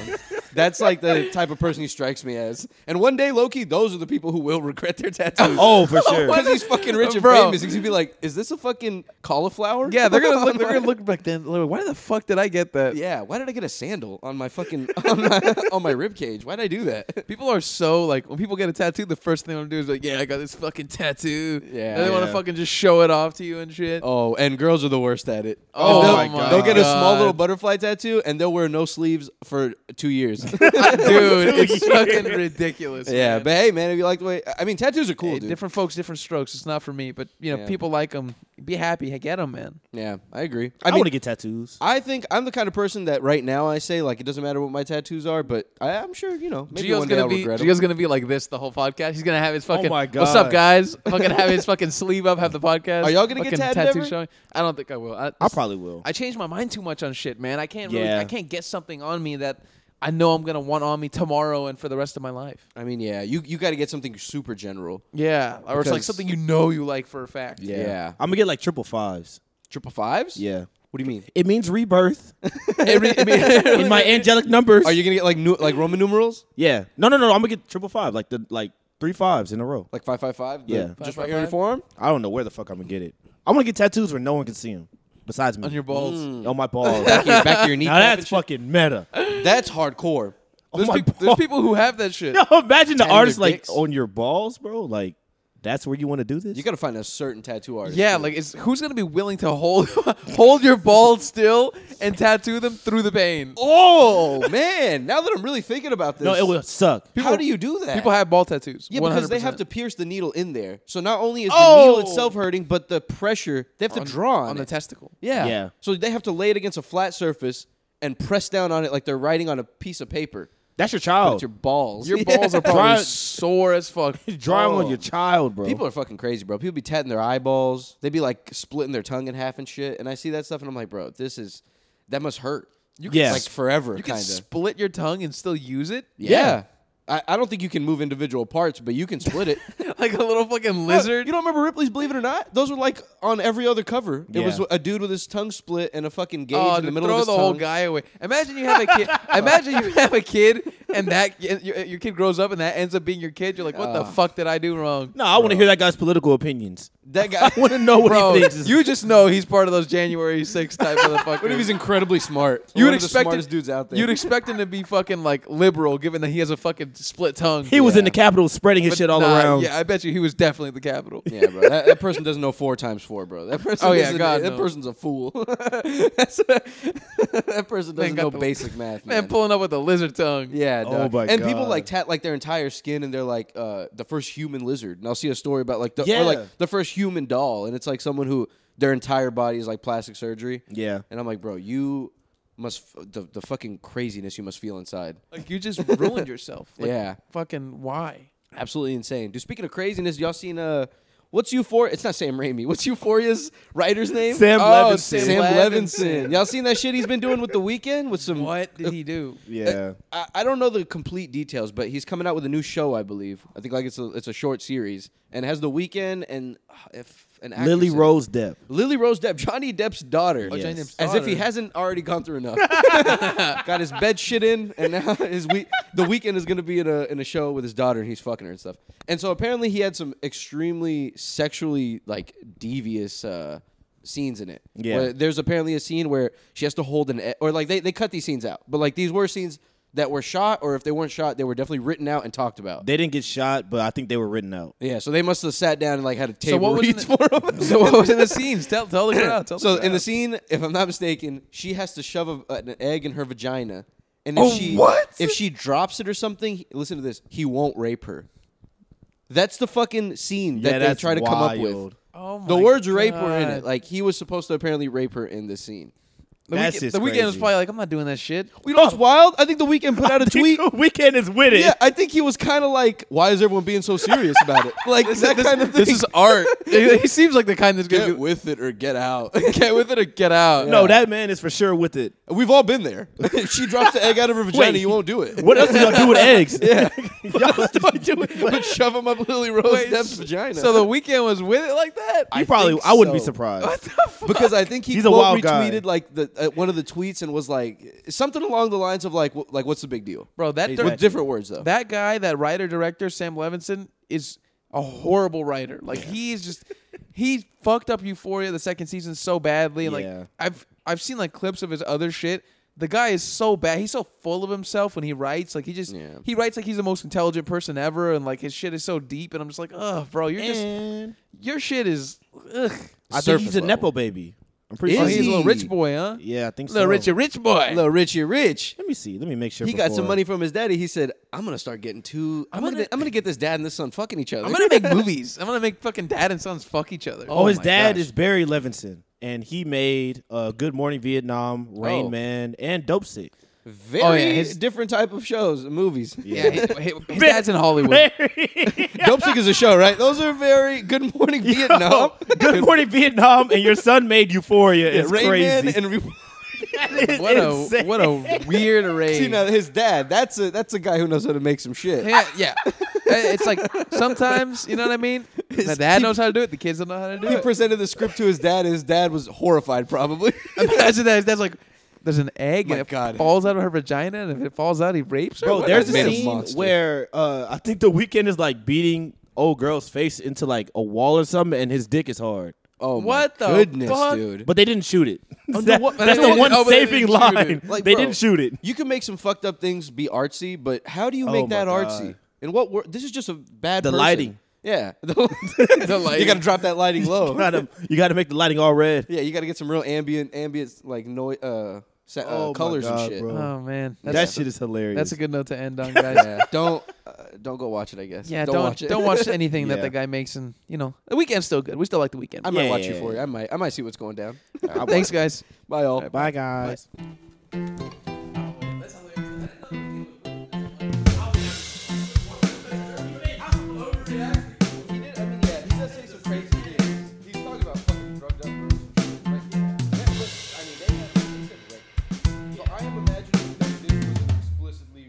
S3: That's like the type of person he strikes me as. And one day, Loki, those are the people who will regret their tattoos.
S2: Oh, for sure.
S3: because he's fucking rich and
S1: Bro.
S3: famous. He's gonna be like, "Is this a fucking cauliflower?"
S1: Yeah, they're gonna look. They're gonna look back then. like, Why the fuck did I get that?
S3: yeah. Why did I get a sandal on my fucking on my, on my rib cage? Why did I do that?
S1: People are so like when people get a tattoo, the first thing they want to do is like, yeah, I got this fucking tattoo.
S3: Yeah.
S1: and they want to
S2: Yeah.
S1: fucking just show it off to you and shit.
S3: Oh, and girls are the worst at it.
S1: Oh
S3: they'll,
S2: my God.
S3: They'll get a small
S1: God.
S3: little butterfly tattoo and they'll wear no sleeves for two years.
S1: Dude, it's fucking ridiculous.
S3: yeah,
S1: man.
S3: but hey, man, if you like the way, I mean, tattoos are cool,
S1: Hey,
S3: dude.
S1: different folks, different strokes. It's not for me, but you know,
S3: Yeah.
S1: people like them. Be happy, get them, man.
S3: Yeah, I agree.
S2: I,
S3: I mean,
S2: want to get tattoos.
S3: I think I'm the kind of person that right now I say like it doesn't matter what my tattoos are, but I, I'm sure you know maybe
S1: Gio's
S3: one day
S1: gonna
S3: I'll
S1: be
S3: regret 'em.
S1: Gio's gonna be like this the whole podcast. He's gonna have his fucking.
S2: Oh my
S1: What's up,
S2: God.
S1: guys? fucking have his fucking sleeve up. Have the podcast.
S3: Are y'all gonna get
S1: fucking
S3: tatted
S1: tattoo
S3: ever?
S1: showing? I don't think I will. I,
S2: I probably will.
S1: I changed my mind too much on shit, man. I can't really.
S2: Yeah.
S1: I can't get something on me that I know I'm gonna want on me tomorrow and for the rest of my life.
S3: I mean, yeah, you you got to get something super general.
S1: Yeah, or it's like
S3: Because-
S1: something you know you like for a fact.
S3: Yeah.
S2: I'm gonna get like triple fives.
S3: Triple fives?
S2: Yeah.
S3: What do you mean?
S2: It means rebirth
S1: It re- I mean-
S2: in my angelic numbers.
S3: Are you gonna get like new like Roman numerals?
S2: Yeah. No, no, no. I'm gonna get triple five, like the like three fives in a row.
S3: Like five five five?
S2: Yeah.
S3: Just
S1: Five,
S3: right
S1: five,
S3: here on your
S1: five?
S3: forearm?
S2: I don't know where the fuck I'm gonna get it. I want to get tattoos where no one can see them besides me. Mm.
S1: on your balls.
S2: on my balls.
S3: Back to your, back to your
S2: now
S3: kneecap and
S2: that's
S3: shit?
S2: fucking meta.
S3: That's hardcore.
S1: There's,
S2: my
S1: peop- there's
S2: balls.
S1: people who have that shit.
S2: Yo, imagine the
S3: Tender
S2: artist like
S3: dicks.
S2: on your balls, bro. Like that's where you want to do this.
S3: You got to find a certain tattoo artist.
S1: Yeah,
S3: dude.
S1: like it's who's gonna be willing to hold hold your balls still and tattoo them through the pain?
S3: oh man, now that I'm really thinking about this,
S2: no, it will suck.
S3: How do you do that?
S1: People have ball tattoos.
S3: Yeah, because they have to pierce the needle in there. So not only is the
S1: Oh!
S3: needle itself hurting, but the pressure they have to draw on,
S1: on the
S3: it.
S1: testicle.
S3: yeah.
S2: Yeah.
S3: So they have to lay it against a flat surface and press down on it like they're writing on a piece of paper.
S2: That's your
S3: But
S2: child.
S3: it's your balls.
S1: Oh. Your balls are probably
S2: Dry-
S1: sore as fuck.
S2: Drawing
S3: Oh.
S2: on your child, bro.
S3: People are fucking crazy, bro. People be tatting their eyeballs. They be like splitting their tongue in half and shit. And I see that stuff and I'm like, bro, this is that must hurt. You
S2: can Yeah.
S3: like forever,
S1: You can
S3: kind of.
S1: split your tongue and still use it.
S3: Yeah. I, I don't think you can move individual parts, but you can split it.
S1: like a little fucking
S3: Yeah,
S1: lizard.
S3: You don't remember Ripley's Believe It or Not? Those were like on every other cover. It
S2: Yeah.
S3: was a dude with his tongue split and a fucking gauge
S1: Oh,
S3: in the
S1: dude,
S3: middle
S1: throw
S3: of his
S1: the
S3: tongue.
S1: whole guy away. Imagine you have a kid. imagine you have a kid, and that and your, your kid grows up, and that ends up being your kid. You're like, what the
S3: Uh.
S1: fuck did I do wrong?
S2: no, I want to hear that guy's political opinions.
S3: That guy.
S2: I want to know what
S1: Bro,
S2: he thinks. is-
S1: you just know he's part of those January 6th type motherfuckers.
S3: what if he's incredibly smart?
S1: You
S3: One
S1: would
S3: of the
S1: expect
S3: smartest
S1: it-
S3: dudes out there.
S1: You'd expect him to be fucking like liberal, given that he has a fucking split tongue.
S2: he was
S1: Yeah.
S2: in the Capitol spreading his
S1: But
S2: shit all
S1: nah,
S2: around.
S1: Yeah, I bet you he was definitely the capital.
S3: yeah, bro. That, that person doesn't know four times four, bro. That person.
S1: Oh, yeah,
S3: doesn't-
S1: God,
S3: That
S1: no.
S3: person's a fool. That's that person
S1: Man
S3: doesn't
S1: got
S3: know
S1: the-
S3: basic math,
S1: Man,
S3: man.
S1: pulling up with a lizard tongue.
S3: yeah,
S2: Oh
S3: dog.
S2: my
S3: and people
S2: God.
S3: like tat like their entire skin, and they're like uh, the first human lizard. And I'll see a story about like the
S2: Yeah.
S3: or like the first human doll, and it's like someone who their entire body is like plastic surgery.
S2: Yeah.
S3: And I'm like, bro, you must f- the the fucking craziness you must feel inside.
S1: Like you just ruined yourself. Like,
S3: Yeah.
S1: Fucking why?
S3: Absolutely insane. Dude, speaking of craziness, y'all seen uh what's Euphoria? It's not Sam Raimi. What's Euphoria's writer's name?
S2: Sam
S1: Oh,
S2: Levinson.
S1: Sam
S3: Sam
S1: Levinson.
S3: Levinson. Y'all seen that shit he's been doing with the weekend with some
S1: What did he do?
S2: yeah.
S3: I, I don't know the complete details, but he's coming out with a new show, I believe. I think like it's a it's a short series and it has the weekend and uh, if an actress
S2: Lily
S3: in it.
S2: Rose Depp.
S3: Lily Rose Depp, Johnny Depp's daughter.
S1: Oh, Johnny Depp's
S3: As if he
S1: daughter.
S3: hasn't already gone through enough. Got his bed shit in, and now his week the weekend is gonna be in a in a show with his daughter, and he's fucking her and stuff. And so apparently he had some extremely sexually like devious uh, scenes in it.
S2: Yeah.
S3: Where there's apparently a scene where she has to hold an e- or like they, they cut these scenes out, but like these were scenes that were shot, or if they weren't shot, they were definitely written out and talked about.
S2: They didn't get shot, but I think they were written out.
S3: yeah, so they must have sat down and like had a table
S1: So what was in
S3: reads for
S1: the,
S3: them.
S1: So what was in the scenes? Tell tell the crowd. Tell
S3: So
S1: the
S3: in the
S1: crowd.
S3: scene, if I'm not mistaken, she has to shove a, an egg in her vagina, and if
S2: Oh,
S3: she
S2: what?
S3: if she drops it or something, he- listen to this, he won't rape her. That's the fucking scene that
S2: Yeah,
S3: they
S2: that's
S3: try to come up
S2: wild.
S3: with.
S1: Oh
S3: the
S1: my
S3: words "rape" were in
S1: God.
S3: it. Like he was supposed to apparently rape her in this scene.
S1: the,
S2: That's
S1: weekend,
S2: just
S1: the weekend was
S2: crazy.
S1: probably like, I'm not doing that shit.
S3: You know what's wild? I think the weekend put out a tweet.
S2: Weekend is with it.
S3: Yeah, I think he was kind of like, "Why is everyone being so serious about it?" Like that kind of thing.
S1: This is art. he seems like the kind that's gonna
S3: get
S1: get,
S3: with it or get out.
S1: get with it or get out.
S2: No, that man is for sure with it.
S3: We've all been there. If she drops the egg out of her vagina, you won't do it.
S2: What else do y'all do with eggs?
S3: Yeah.
S2: y'all don't do
S3: but shove him up Lily Rose
S1: Wait,
S3: Depp's vagina.
S1: So the weekend was with it like that.
S2: You probably,
S3: think
S2: I wouldn't be
S3: so.
S2: surprised.
S3: because I think he
S2: He's a
S3: quote
S2: wild guy.
S3: retweeted like the uh, one of the tweets and was like something along the lines of like wh- like what's the big deal,
S1: Bro, that
S3: With
S1: director-
S3: different words though.
S1: that guy, that writer director Sam Levinson, is a horrible writer. Like he's just he fucked up Euphoria the second season so badly. And
S2: Yeah.
S1: like I've I've seen like clips of his other shit. The guy is so bad. He's so full of himself when he writes. Like he just
S3: Yeah.
S1: he writes like he's the most intelligent person ever, and like his shit is so deep. And I'm just like, oh, bro, you're just
S2: And
S1: your shit is. Ugh.
S2: I think he's
S3: surface
S2: a
S3: level.
S2: nepo baby. I'm pretty
S3: Is
S1: Oh,
S2: sure
S1: he's a
S3: he?
S1: little rich boy, huh?
S2: Yeah, I think so.
S1: little richy rich boy.
S3: Little Richie Rich,
S2: Let me see. Let me make sure
S3: he got
S2: before-
S3: some money from his daddy. He said, "I'm gonna start getting two. I'm, gonna,
S1: gonna-
S3: I'm gonna get this dad and this son fucking each other.
S1: I'm gonna make movies. I'm gonna make fucking dad and sons fuck each other.
S2: Oh,
S3: Oh
S2: his
S3: my
S2: dad
S3: gosh.
S2: is Barry Levinson, and he made uh, Good Morning Vietnam, Rain
S3: Oh.
S2: Man, and Dope Sick.
S3: very
S1: Oh, yeah, his-
S3: different type of shows, and movies.
S1: yeah, he- he- his dad's in Hollywood.
S3: Dope Sick is a show, right? Those are very Good Morning Vietnam,
S2: Good Morning Vietnam, and your son made Euphoria. It's
S3: Rain Man,
S2: crazy.
S3: and Re-
S2: It's
S1: What a
S2: insane.
S1: what a weird array.
S3: see now his dad. That's a that's a guy who knows how to make some shit.
S1: yeah, yeah. Uh, It's like sometimes you know what I mean. The dad knows how to do it. The kids don't know how to do
S3: He
S1: it.
S3: presented the script to his dad. and His dad was horrified, probably.
S1: Imagine that. His dad's like, there's an egg
S3: My
S1: and it
S3: God.
S1: falls out of her vagina, and if it falls out, he rapes her.
S2: Bro,
S1: What
S2: there's a
S3: made a
S2: scene
S3: monster.
S2: where uh, I think the weekend is like beating old girl's face into like a wall or something, and his dick is hard.
S3: oh, my
S1: What the
S3: goodness,
S1: fuck?
S3: dude!
S2: But they didn't shoot it. That-
S1: what-
S2: that's
S1: they
S2: the
S1: didn't-
S2: one
S1: oh, but they
S2: saving
S1: didn't shoot
S2: line.
S1: it.
S3: Like,
S2: they
S3: bro,
S2: didn't shoot it.
S3: you can make some fucked up things be artsy, but how do you
S2: Oh
S3: make
S2: my
S3: that
S2: God.
S3: artsy? And what? Wor- this is just a bad.
S2: The
S3: person.
S2: lighting.
S3: Yeah, the, You
S1: lighting.
S3: got to drop that lighting
S2: You
S3: low.
S2: gotta, you gotta make the lighting all red.
S3: yeah, you got to get some real ambient, ambient like noise, uh, sa- uh,
S2: Oh my
S3: colors
S2: God,
S3: and shit.
S2: bro.
S1: Oh man, that's,
S2: that shit is hilarious.
S1: that's a good note to end on, guys.
S3: Yeah, don't uh, don't go watch it. I guess.
S1: Yeah,
S3: don't, watch it.
S1: don't watch anything
S2: Yeah.
S1: that the guy makes, and you know the weekend's still good. We still like the weekend.
S3: I might
S2: Yeah,
S3: watch
S2: yeah,
S3: you for
S2: yeah.
S3: you. I might. I might see what's going down.
S1: Thanks, guys.
S3: Bye all.
S2: Bye, guys.